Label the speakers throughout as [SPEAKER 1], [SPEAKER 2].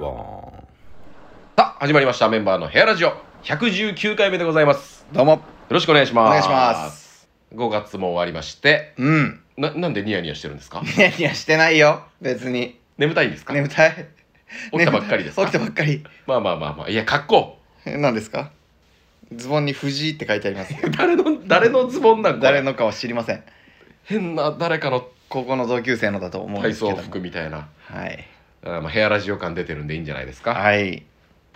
[SPEAKER 1] さあ始まりましたメンバーのヘアラジオ119回目でございます
[SPEAKER 2] どうも。
[SPEAKER 1] よろしくお願いします
[SPEAKER 2] お願いします
[SPEAKER 1] 5月も終わりまして
[SPEAKER 2] うん。
[SPEAKER 1] ななんでニヤニヤしてるんですか
[SPEAKER 2] ニヤニヤしてないよ。別に。
[SPEAKER 1] 眠たいんですか
[SPEAKER 2] 眠たい。
[SPEAKER 1] 起きたばっかりですか
[SPEAKER 2] 起きたばっかり。
[SPEAKER 1] まあまあまあまあいや格好
[SPEAKER 2] 何ですかズボンに藤井って書いてありま すけど
[SPEAKER 1] 誰の誰のズボンなんか
[SPEAKER 2] 誰のかは知りません。
[SPEAKER 1] 変な誰かの
[SPEAKER 2] 高校の同級生のだと思うんで
[SPEAKER 1] 体
[SPEAKER 2] すけ
[SPEAKER 1] 操
[SPEAKER 2] ども。
[SPEAKER 1] 服みたいな
[SPEAKER 2] はい。
[SPEAKER 1] あーまあヘアラジオ感出てるんでいいんじゃないですか
[SPEAKER 2] はい。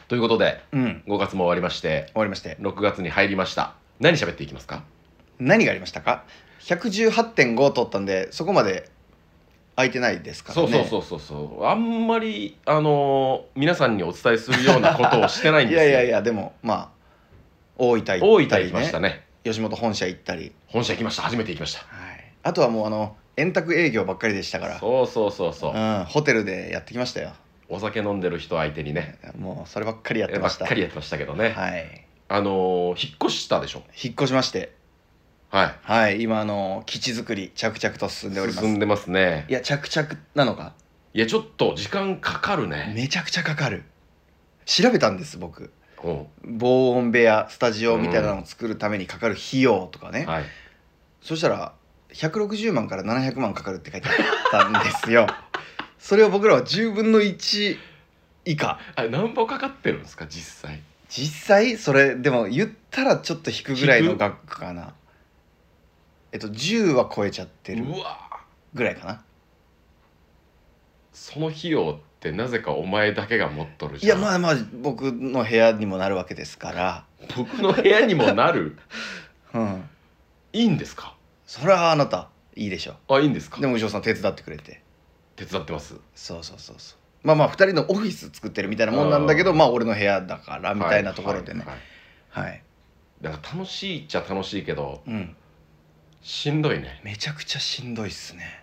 [SPEAKER 1] ということで
[SPEAKER 2] うん。
[SPEAKER 1] 5月も終わりまして
[SPEAKER 2] 終わりまして。
[SPEAKER 1] 6月に入りました何喋っていきますか
[SPEAKER 2] 何がありましたか ?118.5 取ったんで、そこまで空いてないですから
[SPEAKER 1] そ
[SPEAKER 2] ね。
[SPEAKER 1] うそうそうそうそうあんまりあのー皆さんにお伝えするようなことをしてないん
[SPEAKER 2] い
[SPEAKER 1] ですよ
[SPEAKER 2] や いやいや、でも、まあ、大分行ったり、ね。
[SPEAKER 1] 大分行きましたね
[SPEAKER 2] 吉本本社行ったり。
[SPEAKER 1] 本社行きました初めて行きました
[SPEAKER 2] はい。あとはもう、あの、円卓営業ばっかりでしたから。
[SPEAKER 1] そうそうそうそう、
[SPEAKER 2] うん、ホテルでやってきましたよ
[SPEAKER 1] お酒飲んでる人相手にね
[SPEAKER 2] もうそればっかりやって
[SPEAKER 1] ば
[SPEAKER 2] ま
[SPEAKER 1] っ
[SPEAKER 2] した
[SPEAKER 1] かりやってましたけどね、
[SPEAKER 2] はい
[SPEAKER 1] あのー引っ越したでしょ
[SPEAKER 2] 引っ越しまして
[SPEAKER 1] はい
[SPEAKER 2] はい今あの基地作り着々と進んでおります
[SPEAKER 1] 進んでますね
[SPEAKER 2] いや着々なのか
[SPEAKER 1] いやちょっと時間かかるね
[SPEAKER 2] めちゃくちゃかかる調べたんです僕
[SPEAKER 1] お
[SPEAKER 2] 防音部屋スタジオみたいなのを作るためにかかる費用とかね、
[SPEAKER 1] はい
[SPEAKER 2] そしたら160万から700万かかるって書いてあったんで すよそれを僕らは10分の1以下
[SPEAKER 1] あれ何本かかってるんですか実際
[SPEAKER 2] 実際それでも言ったらちょっと引くぐらいの額かなえっと10は超えちゃってる
[SPEAKER 1] うわー
[SPEAKER 2] ぐらいかな
[SPEAKER 1] その費用ってなぜかお前だけが持っとる
[SPEAKER 2] い
[SPEAKER 1] じゃ
[SPEAKER 2] や
[SPEAKER 1] ん
[SPEAKER 2] まあまあ僕の部屋にもなるわけですか
[SPEAKER 1] 僕の部屋にもな る
[SPEAKER 2] らうん
[SPEAKER 1] いいんですか
[SPEAKER 2] それはあなたいいでしょ
[SPEAKER 1] あいいんですか
[SPEAKER 2] でも牛尾さん手伝ってくれて
[SPEAKER 1] 手伝ってます
[SPEAKER 2] そうそうそうそうまあまあ2人のオフィス作ってるみたいなもんなんだけど
[SPEAKER 1] うん
[SPEAKER 2] まあ俺の部屋だからみたいなところでね
[SPEAKER 1] はいはいはい
[SPEAKER 2] はい、
[SPEAKER 1] だから楽しいっちゃ楽しいけど
[SPEAKER 2] うん
[SPEAKER 1] しんどいね
[SPEAKER 2] めちゃくちゃしんどいっすね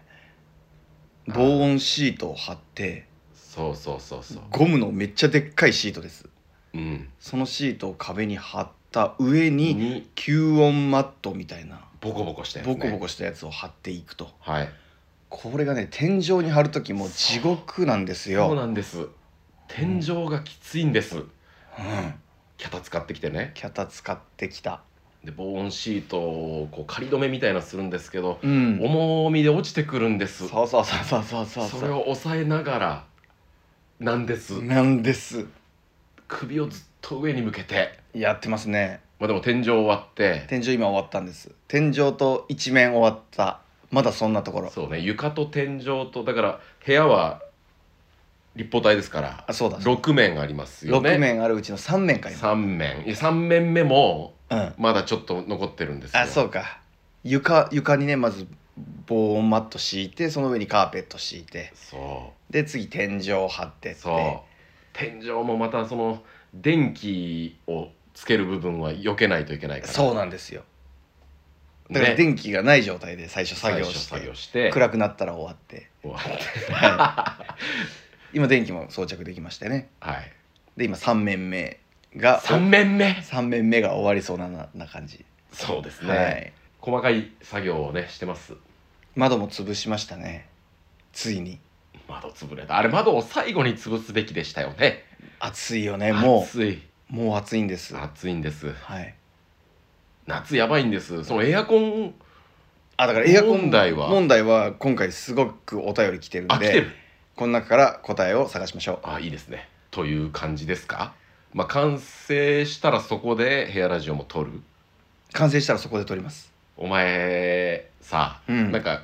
[SPEAKER 2] 防音シートを貼って
[SPEAKER 1] そうそうそうそう
[SPEAKER 2] ゴムのめっちゃでっかいシートです
[SPEAKER 1] うん
[SPEAKER 2] そのシートを壁に貼った上に
[SPEAKER 1] に
[SPEAKER 2] 吸音マットみたいな
[SPEAKER 1] ボコボコしたやつね
[SPEAKER 2] ボコボコしたやつを貼っていくと
[SPEAKER 1] はい
[SPEAKER 2] これがね天井に貼る時もう地獄なんです
[SPEAKER 1] そう
[SPEAKER 2] よ、
[SPEAKER 1] なんです天井がきついんです
[SPEAKER 2] うん、
[SPEAKER 1] キャタ使ってきてね
[SPEAKER 2] キャタ使ってきた
[SPEAKER 1] で防音シートをこう仮止めみたいなのするんですけど
[SPEAKER 2] うん
[SPEAKER 1] 重みで落ちてくるんです
[SPEAKER 2] そうそうそうそうそうそう
[SPEAKER 1] それを抑えながらなんです
[SPEAKER 2] なんです
[SPEAKER 1] 首をずっと上に向けて
[SPEAKER 2] やってますね
[SPEAKER 1] まあでも天井終わって
[SPEAKER 2] 天井今終わったんです天井と一面終わったまだそんなところ
[SPEAKER 1] そうね床と天井とだから部屋は立方体ですから
[SPEAKER 2] あそうだ
[SPEAKER 1] 6面ありますよね
[SPEAKER 2] 6面あるうちの3面か今、
[SPEAKER 1] 3面いや3面目も
[SPEAKER 2] うん、
[SPEAKER 1] まだちょっと残ってるんですよ
[SPEAKER 2] あそうか床床にねまず防音マット敷いてその上にカーペット敷いて
[SPEAKER 1] そ
[SPEAKER 2] で次天井を張ってっ
[SPEAKER 1] う
[SPEAKER 2] て
[SPEAKER 1] そう天井もまたその電気をつける部分は避けないといけないから
[SPEAKER 2] そうなんですよだから
[SPEAKER 1] ね
[SPEAKER 2] 電気がない状態で最初作業
[SPEAKER 1] 最初
[SPEAKER 2] して
[SPEAKER 1] 作業して
[SPEAKER 2] 暗くなったら終わって、
[SPEAKER 1] 終わって
[SPEAKER 2] はい、今電気も装着できましてね
[SPEAKER 1] はい
[SPEAKER 2] で今3面目が
[SPEAKER 1] 3面目
[SPEAKER 2] 3面目が終わりそうななな感じ、
[SPEAKER 1] そうですね、
[SPEAKER 2] はい
[SPEAKER 1] 細かい作業をねしてます
[SPEAKER 2] 窓も潰しましたねついに
[SPEAKER 1] 窓潰れたあれ窓を最後に潰すべきでしたよね
[SPEAKER 2] 暑いよねも
[SPEAKER 1] 暑いう
[SPEAKER 2] もう暑いんですは
[SPEAKER 1] 暑いんです
[SPEAKER 2] い
[SPEAKER 1] 夏やばいんですそのエアコン
[SPEAKER 2] あだからエアコン
[SPEAKER 1] 問題は
[SPEAKER 2] 問題は今回すごくお便り来てる
[SPEAKER 1] あ
[SPEAKER 2] ん
[SPEAKER 1] 来て
[SPEAKER 2] で
[SPEAKER 1] る
[SPEAKER 2] この中から答えを探しましょう
[SPEAKER 1] あいいですねという感じですかまあ完成したらそこでヘアラジオも撮る
[SPEAKER 2] 完成したらそこで撮ります
[SPEAKER 1] お前さ、
[SPEAKER 2] うん
[SPEAKER 1] なんか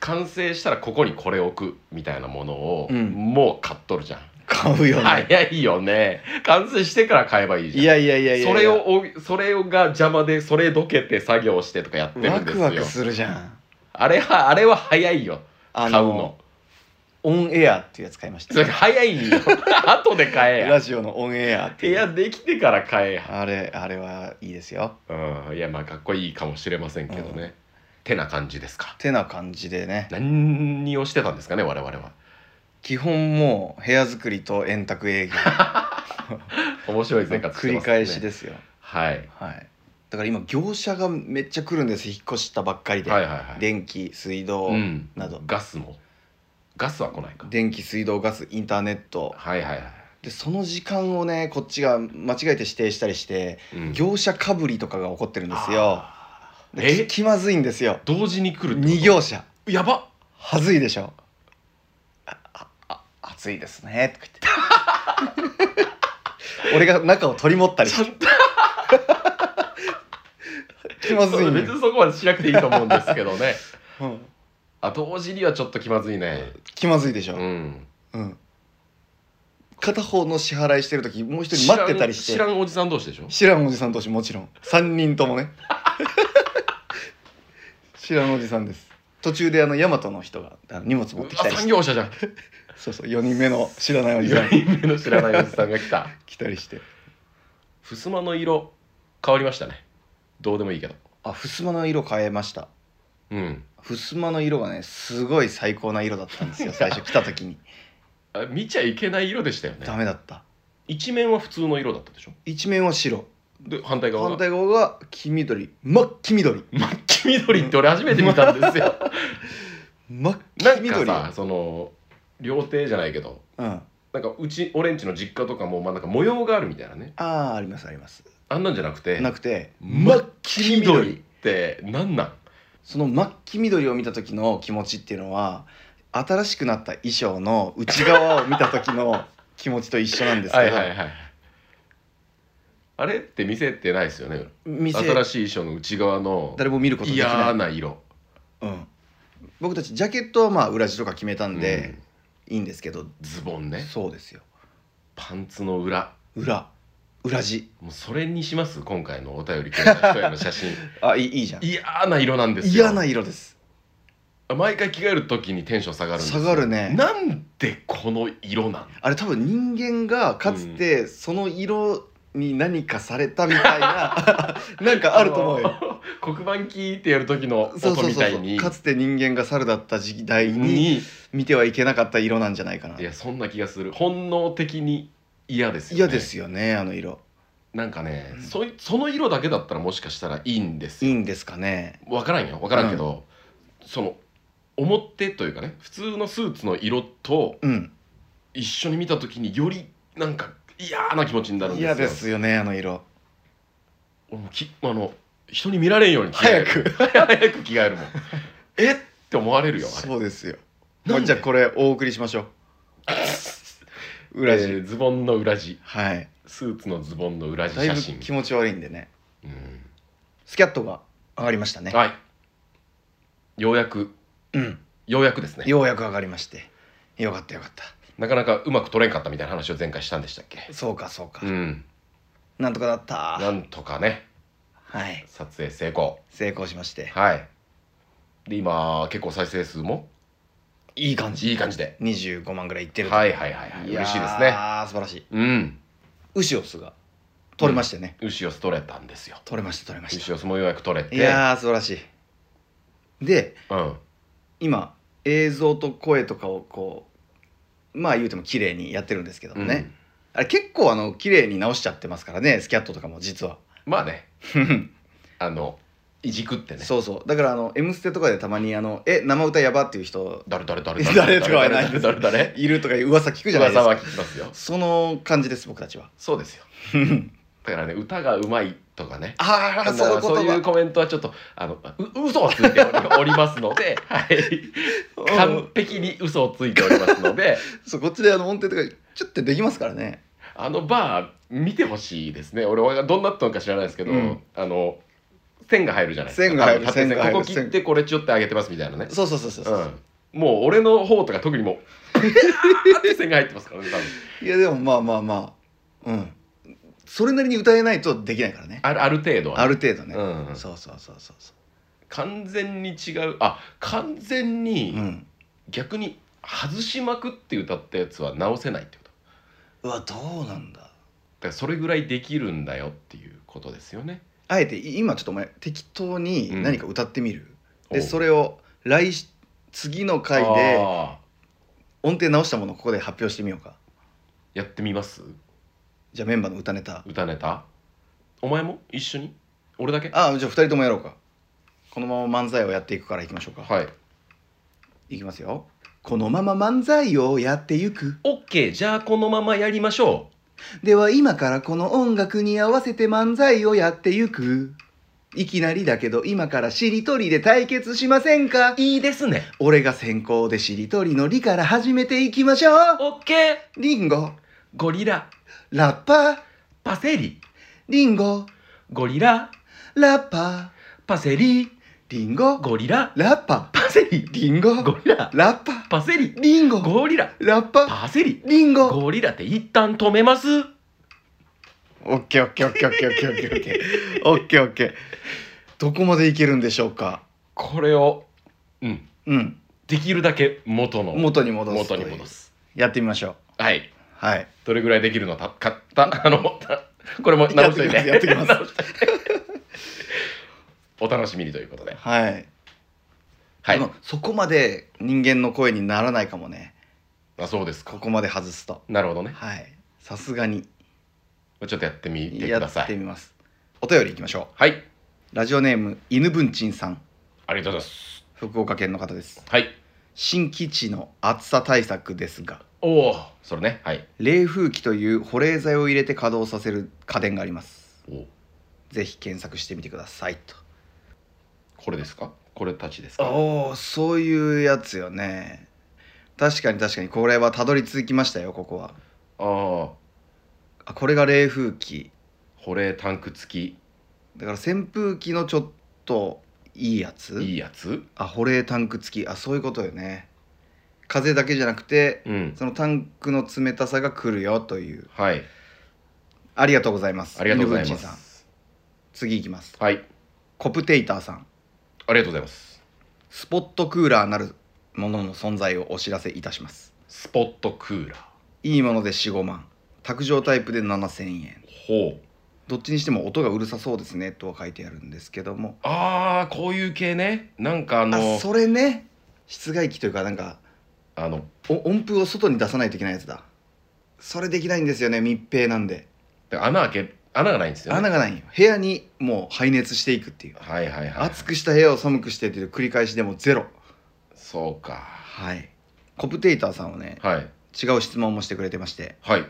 [SPEAKER 1] 完成したらここにこれ置くみたいなものを、
[SPEAKER 2] うん
[SPEAKER 1] もう買っとるじゃん
[SPEAKER 2] 買うよね、
[SPEAKER 1] 早いよね完成してから買えばいいじゃん
[SPEAKER 2] いやいやいやいやいや
[SPEAKER 1] それをおそれが邪魔でそれどけて作業してとかやってる
[SPEAKER 2] ワ
[SPEAKER 1] んです
[SPEAKER 2] ク
[SPEAKER 1] よ
[SPEAKER 2] ワクするじゃん
[SPEAKER 1] あれはあれは早いよ
[SPEAKER 2] あ
[SPEAKER 1] 買う
[SPEAKER 2] の
[SPEAKER 1] の
[SPEAKER 2] オンエアっていうやつ買いまし
[SPEAKER 1] それ
[SPEAKER 2] た
[SPEAKER 1] 早い んよ後で買えや
[SPEAKER 2] ラジオのオンエアっ
[SPEAKER 1] 部
[SPEAKER 2] ていう
[SPEAKER 1] 屋できてから買えや
[SPEAKER 2] あれあれはいいですよ
[SPEAKER 1] うんいやまあかっこいいかもしれませんけどね、
[SPEAKER 2] うん
[SPEAKER 1] てな感じですか
[SPEAKER 2] てな感じでね
[SPEAKER 1] 何をしてたんですかね我々は
[SPEAKER 2] 基本もう部屋作りと円卓営業
[SPEAKER 1] 面白い生活してます、ね、
[SPEAKER 2] 繰り返しですよ、
[SPEAKER 1] はい、
[SPEAKER 2] はい、だから今業者がめっちゃ来るんです引っ越したばっかりで、
[SPEAKER 1] はいはいはい
[SPEAKER 2] 電気水道、
[SPEAKER 1] うん、
[SPEAKER 2] など
[SPEAKER 1] ガスもガスは来ないか
[SPEAKER 2] 電気水道ガスインターネット
[SPEAKER 1] はいはいはい、
[SPEAKER 2] でその時間をねこっちが間違えて指定したりして
[SPEAKER 1] うん
[SPEAKER 2] 業者かぶりとかが起こってるんですよ
[SPEAKER 1] あー
[SPEAKER 2] で
[SPEAKER 1] え
[SPEAKER 2] 気気まずいんですよ
[SPEAKER 1] 同時に来るって
[SPEAKER 2] 2業者
[SPEAKER 1] ことやば
[SPEAKER 2] はずいでしょあああ暑いですねとか言って俺が中を取り持ったり
[SPEAKER 1] ちゃ
[SPEAKER 2] し
[SPEAKER 1] んと
[SPEAKER 2] て気まずいね
[SPEAKER 1] 別にそこまでしなくていいと思うんですけどね
[SPEAKER 2] うん
[SPEAKER 1] あ同時にはちょっと気まずいね
[SPEAKER 2] 気まずいでし
[SPEAKER 1] う
[SPEAKER 2] ょ、
[SPEAKER 1] ん
[SPEAKER 2] うん、片方の支払いしてる時もう一人待ってたりして
[SPEAKER 1] 知らん知らんおじさん同士でしょ
[SPEAKER 2] 知らんおじさん同士もちろん3人ともね 知らんおじさんです途中であの大和の人があの荷物持ってきた
[SPEAKER 1] う
[SPEAKER 2] り
[SPEAKER 1] わ
[SPEAKER 2] し
[SPEAKER 1] 産
[SPEAKER 2] て
[SPEAKER 1] 業者じゃん
[SPEAKER 2] そうそう4人目の知らないおじさん
[SPEAKER 1] 4人目の知らないおじさんが来た
[SPEAKER 2] 来たりして
[SPEAKER 1] 襖の色変わりましたねどうでもいいけど
[SPEAKER 2] あ襖の色変えました
[SPEAKER 1] うん
[SPEAKER 2] 襖の色がねすごい最高な色だったんで すよ最初来た時に
[SPEAKER 1] あ見ちゃいけない色でしたよ
[SPEAKER 2] ダ
[SPEAKER 1] ね
[SPEAKER 2] メだった
[SPEAKER 1] 一面は普通の色だったでしょ
[SPEAKER 2] 一面は白
[SPEAKER 1] で反対側
[SPEAKER 2] 反
[SPEAKER 1] が
[SPEAKER 2] 対側が黄緑真っ黄緑
[SPEAKER 1] 真っ黄緑って俺初めて見たんですよ
[SPEAKER 2] 真っ
[SPEAKER 1] な
[SPEAKER 2] 黄
[SPEAKER 1] んか
[SPEAKER 2] 緑
[SPEAKER 1] さその料亭じゃないけど
[SPEAKER 2] うんあ
[SPEAKER 1] なんかうち俺んちの実家とかもまあなんか模様があるみたいなね
[SPEAKER 2] あーありますあります
[SPEAKER 1] あんなんじゃなくて
[SPEAKER 2] なくて
[SPEAKER 1] 真っ黄緑ってなんなん
[SPEAKER 2] その真っ黄緑を見た時の気持ちっていうのは新しくなった衣装の内側を見た時の気持ちと一緒なんですけど、
[SPEAKER 1] はいはいはいあれって見せてないですよね
[SPEAKER 2] 店
[SPEAKER 1] 新しい衣装の内側の
[SPEAKER 2] 誰も見ることできな
[SPEAKER 1] 嫌
[SPEAKER 2] い
[SPEAKER 1] な色
[SPEAKER 2] うん、僕たちジャケットはまあ裏地とか決めたん
[SPEAKER 1] う
[SPEAKER 2] で
[SPEAKER 1] ん、
[SPEAKER 2] いいんですけど、
[SPEAKER 1] ズボンね
[SPEAKER 2] そうですよ
[SPEAKER 1] パンツの裏
[SPEAKER 2] 裏裏地
[SPEAKER 1] もうそれにします今回のお便りくれた人への写 真
[SPEAKER 2] あいいいいじゃん
[SPEAKER 1] 嫌な色なんですよ
[SPEAKER 2] 嫌な色です
[SPEAKER 1] 毎回着替える時にテンション下がるんですよ
[SPEAKER 2] 下がるね
[SPEAKER 1] なんでこの色なん
[SPEAKER 2] あれ多分人間がかつてその色に何かされたみたいな、 なんかあると思うよ
[SPEAKER 1] よ 黒板キーってやる時の
[SPEAKER 2] そう
[SPEAKER 1] 音
[SPEAKER 2] そうそう
[SPEAKER 1] み
[SPEAKER 2] そ
[SPEAKER 1] たいに
[SPEAKER 2] うかつて人間が猿だった時代に
[SPEAKER 1] に
[SPEAKER 2] 見てはいけなかった色なんじゃないかない
[SPEAKER 1] やそんな気がする本能的に嫌ですよ、ね、
[SPEAKER 2] 嫌ですよねあの色
[SPEAKER 1] なんかね、
[SPEAKER 2] うん
[SPEAKER 1] そいその色だけだったらもしかしたらいいんです
[SPEAKER 2] いい
[SPEAKER 1] よ
[SPEAKER 2] んですかね
[SPEAKER 1] 分からんよ分からんけど、その表というかね普通のスーツの色と
[SPEAKER 2] うん
[SPEAKER 1] 一緒に見た時によりなんか嫌な気持ちになるんですよ
[SPEAKER 2] 嫌ですよねあの色
[SPEAKER 1] 俺もきあの人に見られんように着替え
[SPEAKER 2] 早
[SPEAKER 1] る
[SPEAKER 2] く
[SPEAKER 1] 早く着替え るもんえって思われるよあれ
[SPEAKER 2] そうですよ
[SPEAKER 1] なんで
[SPEAKER 2] もうじゃあこれお送りしましょう裏地、
[SPEAKER 1] えーズボンの裏地
[SPEAKER 2] はい
[SPEAKER 1] スーツのズボンの裏地
[SPEAKER 2] だい
[SPEAKER 1] 写
[SPEAKER 2] ぶ
[SPEAKER 1] 真、
[SPEAKER 2] 気持ち悪いんでね
[SPEAKER 1] うん
[SPEAKER 2] スキャットが上がりましたね
[SPEAKER 1] はいようやく
[SPEAKER 2] うん
[SPEAKER 1] ようやくですね
[SPEAKER 2] ようやく上がりましてよかったよかった
[SPEAKER 1] なかなかうまく取れんかったみたいな話を前回したんでしたっけ
[SPEAKER 2] そうかそうか、
[SPEAKER 1] うん
[SPEAKER 2] なんとかだっ
[SPEAKER 1] な
[SPEAKER 2] た
[SPEAKER 1] んとかね
[SPEAKER 2] はい
[SPEAKER 1] 撮影成功
[SPEAKER 2] 成功しまして
[SPEAKER 1] はいで今結構再生数も
[SPEAKER 2] いい感じ
[SPEAKER 1] いい感じで
[SPEAKER 2] 25万ぐらいいってると
[SPEAKER 1] はいはいはいはい
[SPEAKER 2] やー
[SPEAKER 1] 嬉しいですね
[SPEAKER 2] 素晴らしい
[SPEAKER 1] うん
[SPEAKER 2] ウシオスが取れましてね、
[SPEAKER 1] ウシオス取れたんですよ
[SPEAKER 2] 取れました取れま
[SPEAKER 1] ウ
[SPEAKER 2] し
[SPEAKER 1] シオスもようやく取れ
[SPEAKER 2] た
[SPEAKER 1] て
[SPEAKER 2] いやー素晴らしいで
[SPEAKER 1] うん
[SPEAKER 2] 今映像と声とかをこうまあ言うても綺麗にやってるんですけどもね、あれ結構あの綺麗に直しちゃってますからねスキャットとかも実は、
[SPEAKER 1] うんまあ ねあのいじくってね
[SPEAKER 2] そうそうだからあの「M ステ」とかでたまにあの「え生歌やば」っていう人
[SPEAKER 1] 誰誰誰
[SPEAKER 2] 誰とかはないんで
[SPEAKER 1] 誰
[SPEAKER 2] す
[SPEAKER 1] 誰誰
[SPEAKER 2] いるとかいう噂聞くじゃないです
[SPEAKER 1] 噂は
[SPEAKER 2] か
[SPEAKER 1] 聞きます よ
[SPEAKER 2] その感じです僕たちは
[SPEAKER 1] そうですよだからね歌がうまいとかね
[SPEAKER 2] ああ
[SPEAKER 1] あの
[SPEAKER 2] その
[SPEAKER 1] そう
[SPEAKER 2] 言
[SPEAKER 1] いう
[SPEAKER 2] 葉
[SPEAKER 1] コメントはちょっとあのう嘘をついておりますの で、はい、完璧に嘘をついておりますので
[SPEAKER 2] そうこっちであの音程とかちょっとできますからね
[SPEAKER 1] あのバー見てほしいですね俺はどんなったのか知らないですけど、
[SPEAKER 2] うん
[SPEAKER 1] あの線が入るじゃないですか
[SPEAKER 2] 線が入る
[SPEAKER 1] 縦線
[SPEAKER 2] 線が入る
[SPEAKER 1] ここ切ってこれちょってあげてますみたいなね
[SPEAKER 2] そうそうそうそうそう、
[SPEAKER 1] うん、もう俺の方とか特にもう って線が入ってますからね多分
[SPEAKER 2] いやでもまあまあまあうんそれなりに歌えないとできないからね
[SPEAKER 1] あるある程度は
[SPEAKER 2] ある程度ね、
[SPEAKER 1] うん
[SPEAKER 2] そうそうそうそうそ
[SPEAKER 1] 完全に違うあ完全
[SPEAKER 2] う、
[SPEAKER 1] に
[SPEAKER 2] うん、
[SPEAKER 1] 逆に外しまくって歌ったやつは直せないってこと
[SPEAKER 2] うわどうなんだ
[SPEAKER 1] だからそれぐらいできるんだよっていうことですよね。
[SPEAKER 2] あえてい今ちょっとお前適当に何か歌ってみる、でそ
[SPEAKER 1] れ
[SPEAKER 2] れを来し次の回で
[SPEAKER 1] で
[SPEAKER 2] 音程直したものをここで発表してみようか
[SPEAKER 1] やってみます
[SPEAKER 2] じゃあメンバーの歌ネタ
[SPEAKER 1] 歌ネタお前も一緒に俺だけ
[SPEAKER 2] ああじゃあ2人ともやろうかこのまま漫才をやっていくからいきましょうか、
[SPEAKER 1] はい
[SPEAKER 2] い、きますよこのまま漫才をやっていく
[SPEAKER 1] オッケーじゃあこのままやりましょ
[SPEAKER 2] では今からこの音楽に合わせて漫才をやっていくいきなりだけど今からしりとりで対決しませんか
[SPEAKER 1] ういいですね
[SPEAKER 2] 俺が先行でしりとりの「り」から始めていきましょう
[SPEAKER 1] オッケー
[SPEAKER 2] リンゴ
[SPEAKER 1] ゴリラ
[SPEAKER 2] ラッパー
[SPEAKER 1] パセリ
[SPEAKER 2] リンゴ
[SPEAKER 1] ゴリラ
[SPEAKER 2] ラッパ
[SPEAKER 1] パセリ
[SPEAKER 2] ーリンゴ
[SPEAKER 1] ゴリラ
[SPEAKER 2] ラッパ
[SPEAKER 1] パセリ
[SPEAKER 2] リンゴ
[SPEAKER 1] ゴリラ
[SPEAKER 2] ラッパ
[SPEAKER 1] パセリ
[SPEAKER 2] リンゴ
[SPEAKER 1] ゴリラ
[SPEAKER 2] ラッパ
[SPEAKER 1] パセリ
[SPEAKER 2] リンゴ
[SPEAKER 1] ゴリラって一旦止めます
[SPEAKER 2] オッケーオッケーオッケーオッケーオッケーオッケーオッケーオッケーオッケーどこまでいけるんでしょうか
[SPEAKER 1] これをうん
[SPEAKER 2] うん
[SPEAKER 1] できるだけ元の
[SPEAKER 2] 元に戻す
[SPEAKER 1] 元に戻す
[SPEAKER 2] やってみましょう
[SPEAKER 1] はい
[SPEAKER 2] はい
[SPEAKER 1] どれぐらいできるのたか ったあのたこれも直しといて
[SPEAKER 2] やってきますやってきます
[SPEAKER 1] お楽しみにということで
[SPEAKER 2] はい、
[SPEAKER 1] は
[SPEAKER 2] で
[SPEAKER 1] い
[SPEAKER 2] もそこまで人間の声にならないかもね
[SPEAKER 1] あそうですか
[SPEAKER 2] ここまで外すと
[SPEAKER 1] なるほどね
[SPEAKER 2] はいさすがに
[SPEAKER 1] ちょっとやってみて
[SPEAKER 2] や
[SPEAKER 1] くださ
[SPEAKER 2] って
[SPEAKER 1] い
[SPEAKER 2] みますお便りいきましょ
[SPEAKER 1] はい
[SPEAKER 2] ラジオネーム犬文鎮さん
[SPEAKER 1] ありがとうございます
[SPEAKER 2] 福岡県の方です
[SPEAKER 1] はい
[SPEAKER 2] 新基地の暑さ対策ですが
[SPEAKER 1] おおそれねはい
[SPEAKER 2] 冷風機という保冷剤を入れて稼働させる家電があります
[SPEAKER 1] お
[SPEAKER 2] ぜひ検索してみてくださいと
[SPEAKER 1] これですかこれたちですか
[SPEAKER 2] おおそういうやつよね確かに確かにこれはたどり着きましたよここは
[SPEAKER 1] ああ
[SPEAKER 2] あこれが冷風機
[SPEAKER 1] 保冷タンク付
[SPEAKER 2] だから扇風機のちょっといいやつ
[SPEAKER 1] きいいやつ
[SPEAKER 2] あ保冷タンク付きあそういうことよね風だけじゃなくて
[SPEAKER 1] うん
[SPEAKER 2] そのタンクの冷たさが来るよという
[SPEAKER 1] はい
[SPEAKER 2] ありがとうございます
[SPEAKER 1] ありがとうござい
[SPEAKER 2] 犬
[SPEAKER 1] ま
[SPEAKER 2] 文鎮さん
[SPEAKER 1] す
[SPEAKER 2] 次いきます
[SPEAKER 1] はい
[SPEAKER 2] コプテイターさん
[SPEAKER 1] ありがとうございます
[SPEAKER 2] スポットクーラーなるものの存在をお知らせいたします
[SPEAKER 1] スポットクーラー
[SPEAKER 2] いいもので45万卓上タイプで7000円
[SPEAKER 1] ほう
[SPEAKER 2] どっちにしても音がうるさそうですねとは書いてあるんですけども
[SPEAKER 1] ああこういう系ねなんかあの
[SPEAKER 2] あそれね室外機というかなんか
[SPEAKER 1] あの
[SPEAKER 2] お音符を外に出さないといけないやつだそれできないんですよね密閉なんで
[SPEAKER 1] 穴開け穴がないんですよね
[SPEAKER 2] 穴がないんよ部屋にもう排熱していくっていう
[SPEAKER 1] はいはいはい
[SPEAKER 2] 暑くした部屋を寒くしてっていう繰り返しでもゼロ
[SPEAKER 1] そうか
[SPEAKER 2] はいコプテイターさんはね
[SPEAKER 1] はい
[SPEAKER 2] 違う質問もしてくれてまして
[SPEAKER 1] はい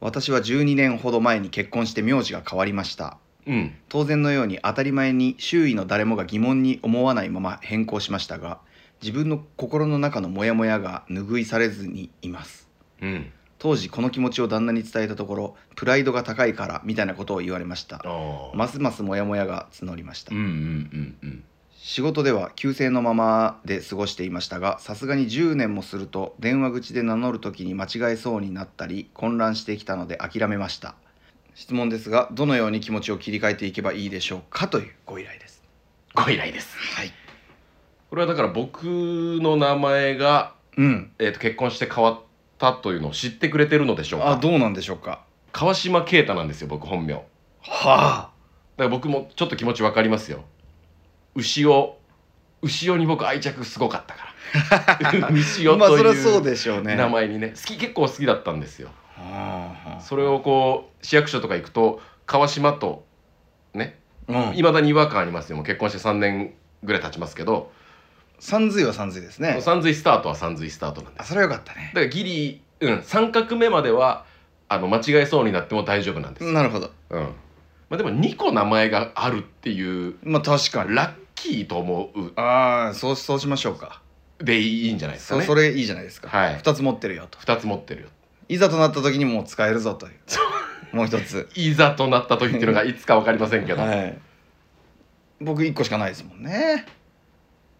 [SPEAKER 2] 私は12年ほど前に結婚して名字が変わりました
[SPEAKER 1] うん
[SPEAKER 2] 当然のように当たり前に周囲の誰もが疑問に思わないまま変更しましたが自分の心の中のモヤモヤが拭いされずにいます
[SPEAKER 1] うん
[SPEAKER 2] 当時この気持ちを旦那に伝えたところプライドが高いからみたいなことを言われました
[SPEAKER 1] ああ
[SPEAKER 2] ますますモヤモヤが募りました
[SPEAKER 1] うんうんうんうん
[SPEAKER 2] 仕事では旧姓のままで過ごしていましたがさすがに10年もすると電話口で名乗る時に間違えそうになったり混乱してきたので諦めました質問ですがどのように気持ちを切り替えていけばいいでしょうかというご依頼です
[SPEAKER 1] ご依頼です
[SPEAKER 2] はい
[SPEAKER 1] これはだから僕の名前が、
[SPEAKER 2] うん
[SPEAKER 1] えー、と結婚して変わったというのを知ってくれてるのでしょうか
[SPEAKER 2] あどうなんでしょうか
[SPEAKER 1] 川島啓太なんですよ僕本名だか
[SPEAKER 2] はあ
[SPEAKER 1] ら僕もちょっと気持ちわかりますよ牛を牛尾に僕愛着すごかったから 牛尾
[SPEAKER 2] まあ
[SPEAKER 1] と
[SPEAKER 2] そりゃそう
[SPEAKER 1] いう
[SPEAKER 2] でしょうね
[SPEAKER 1] 名前にね好き結構好きだったんですよ
[SPEAKER 2] ああ
[SPEAKER 1] それをこう市役所とか行くと川島とね
[SPEAKER 2] うん
[SPEAKER 1] いまだに違和感ありますよもう結婚して3年ぐらい経ちますけど
[SPEAKER 2] さんずいはさんずいですね
[SPEAKER 1] 三髄スタートは三髄スタートなんで
[SPEAKER 2] あ
[SPEAKER 1] す
[SPEAKER 2] それはよかったね
[SPEAKER 1] だからギリ、うん、3画目まではあの間違えそうになっても大丈夫なんですよ、
[SPEAKER 2] なるほど
[SPEAKER 1] うんまあ、でも2個名前があるっていう
[SPEAKER 2] まあ確かに
[SPEAKER 1] ラッキーと思う
[SPEAKER 2] ああそうそうしましょうか
[SPEAKER 1] でいいんじゃないですか
[SPEAKER 2] そ
[SPEAKER 1] ね
[SPEAKER 2] それいいじゃないですか、
[SPEAKER 1] はい
[SPEAKER 2] 2つ持ってるよと
[SPEAKER 1] 2つ持ってるよ
[SPEAKER 2] いざとなった時にもう使えるぞというもう一つ
[SPEAKER 1] いざとなった時っていうのがいつか分かりませんけど、
[SPEAKER 2] はい僕1個しかないですもんね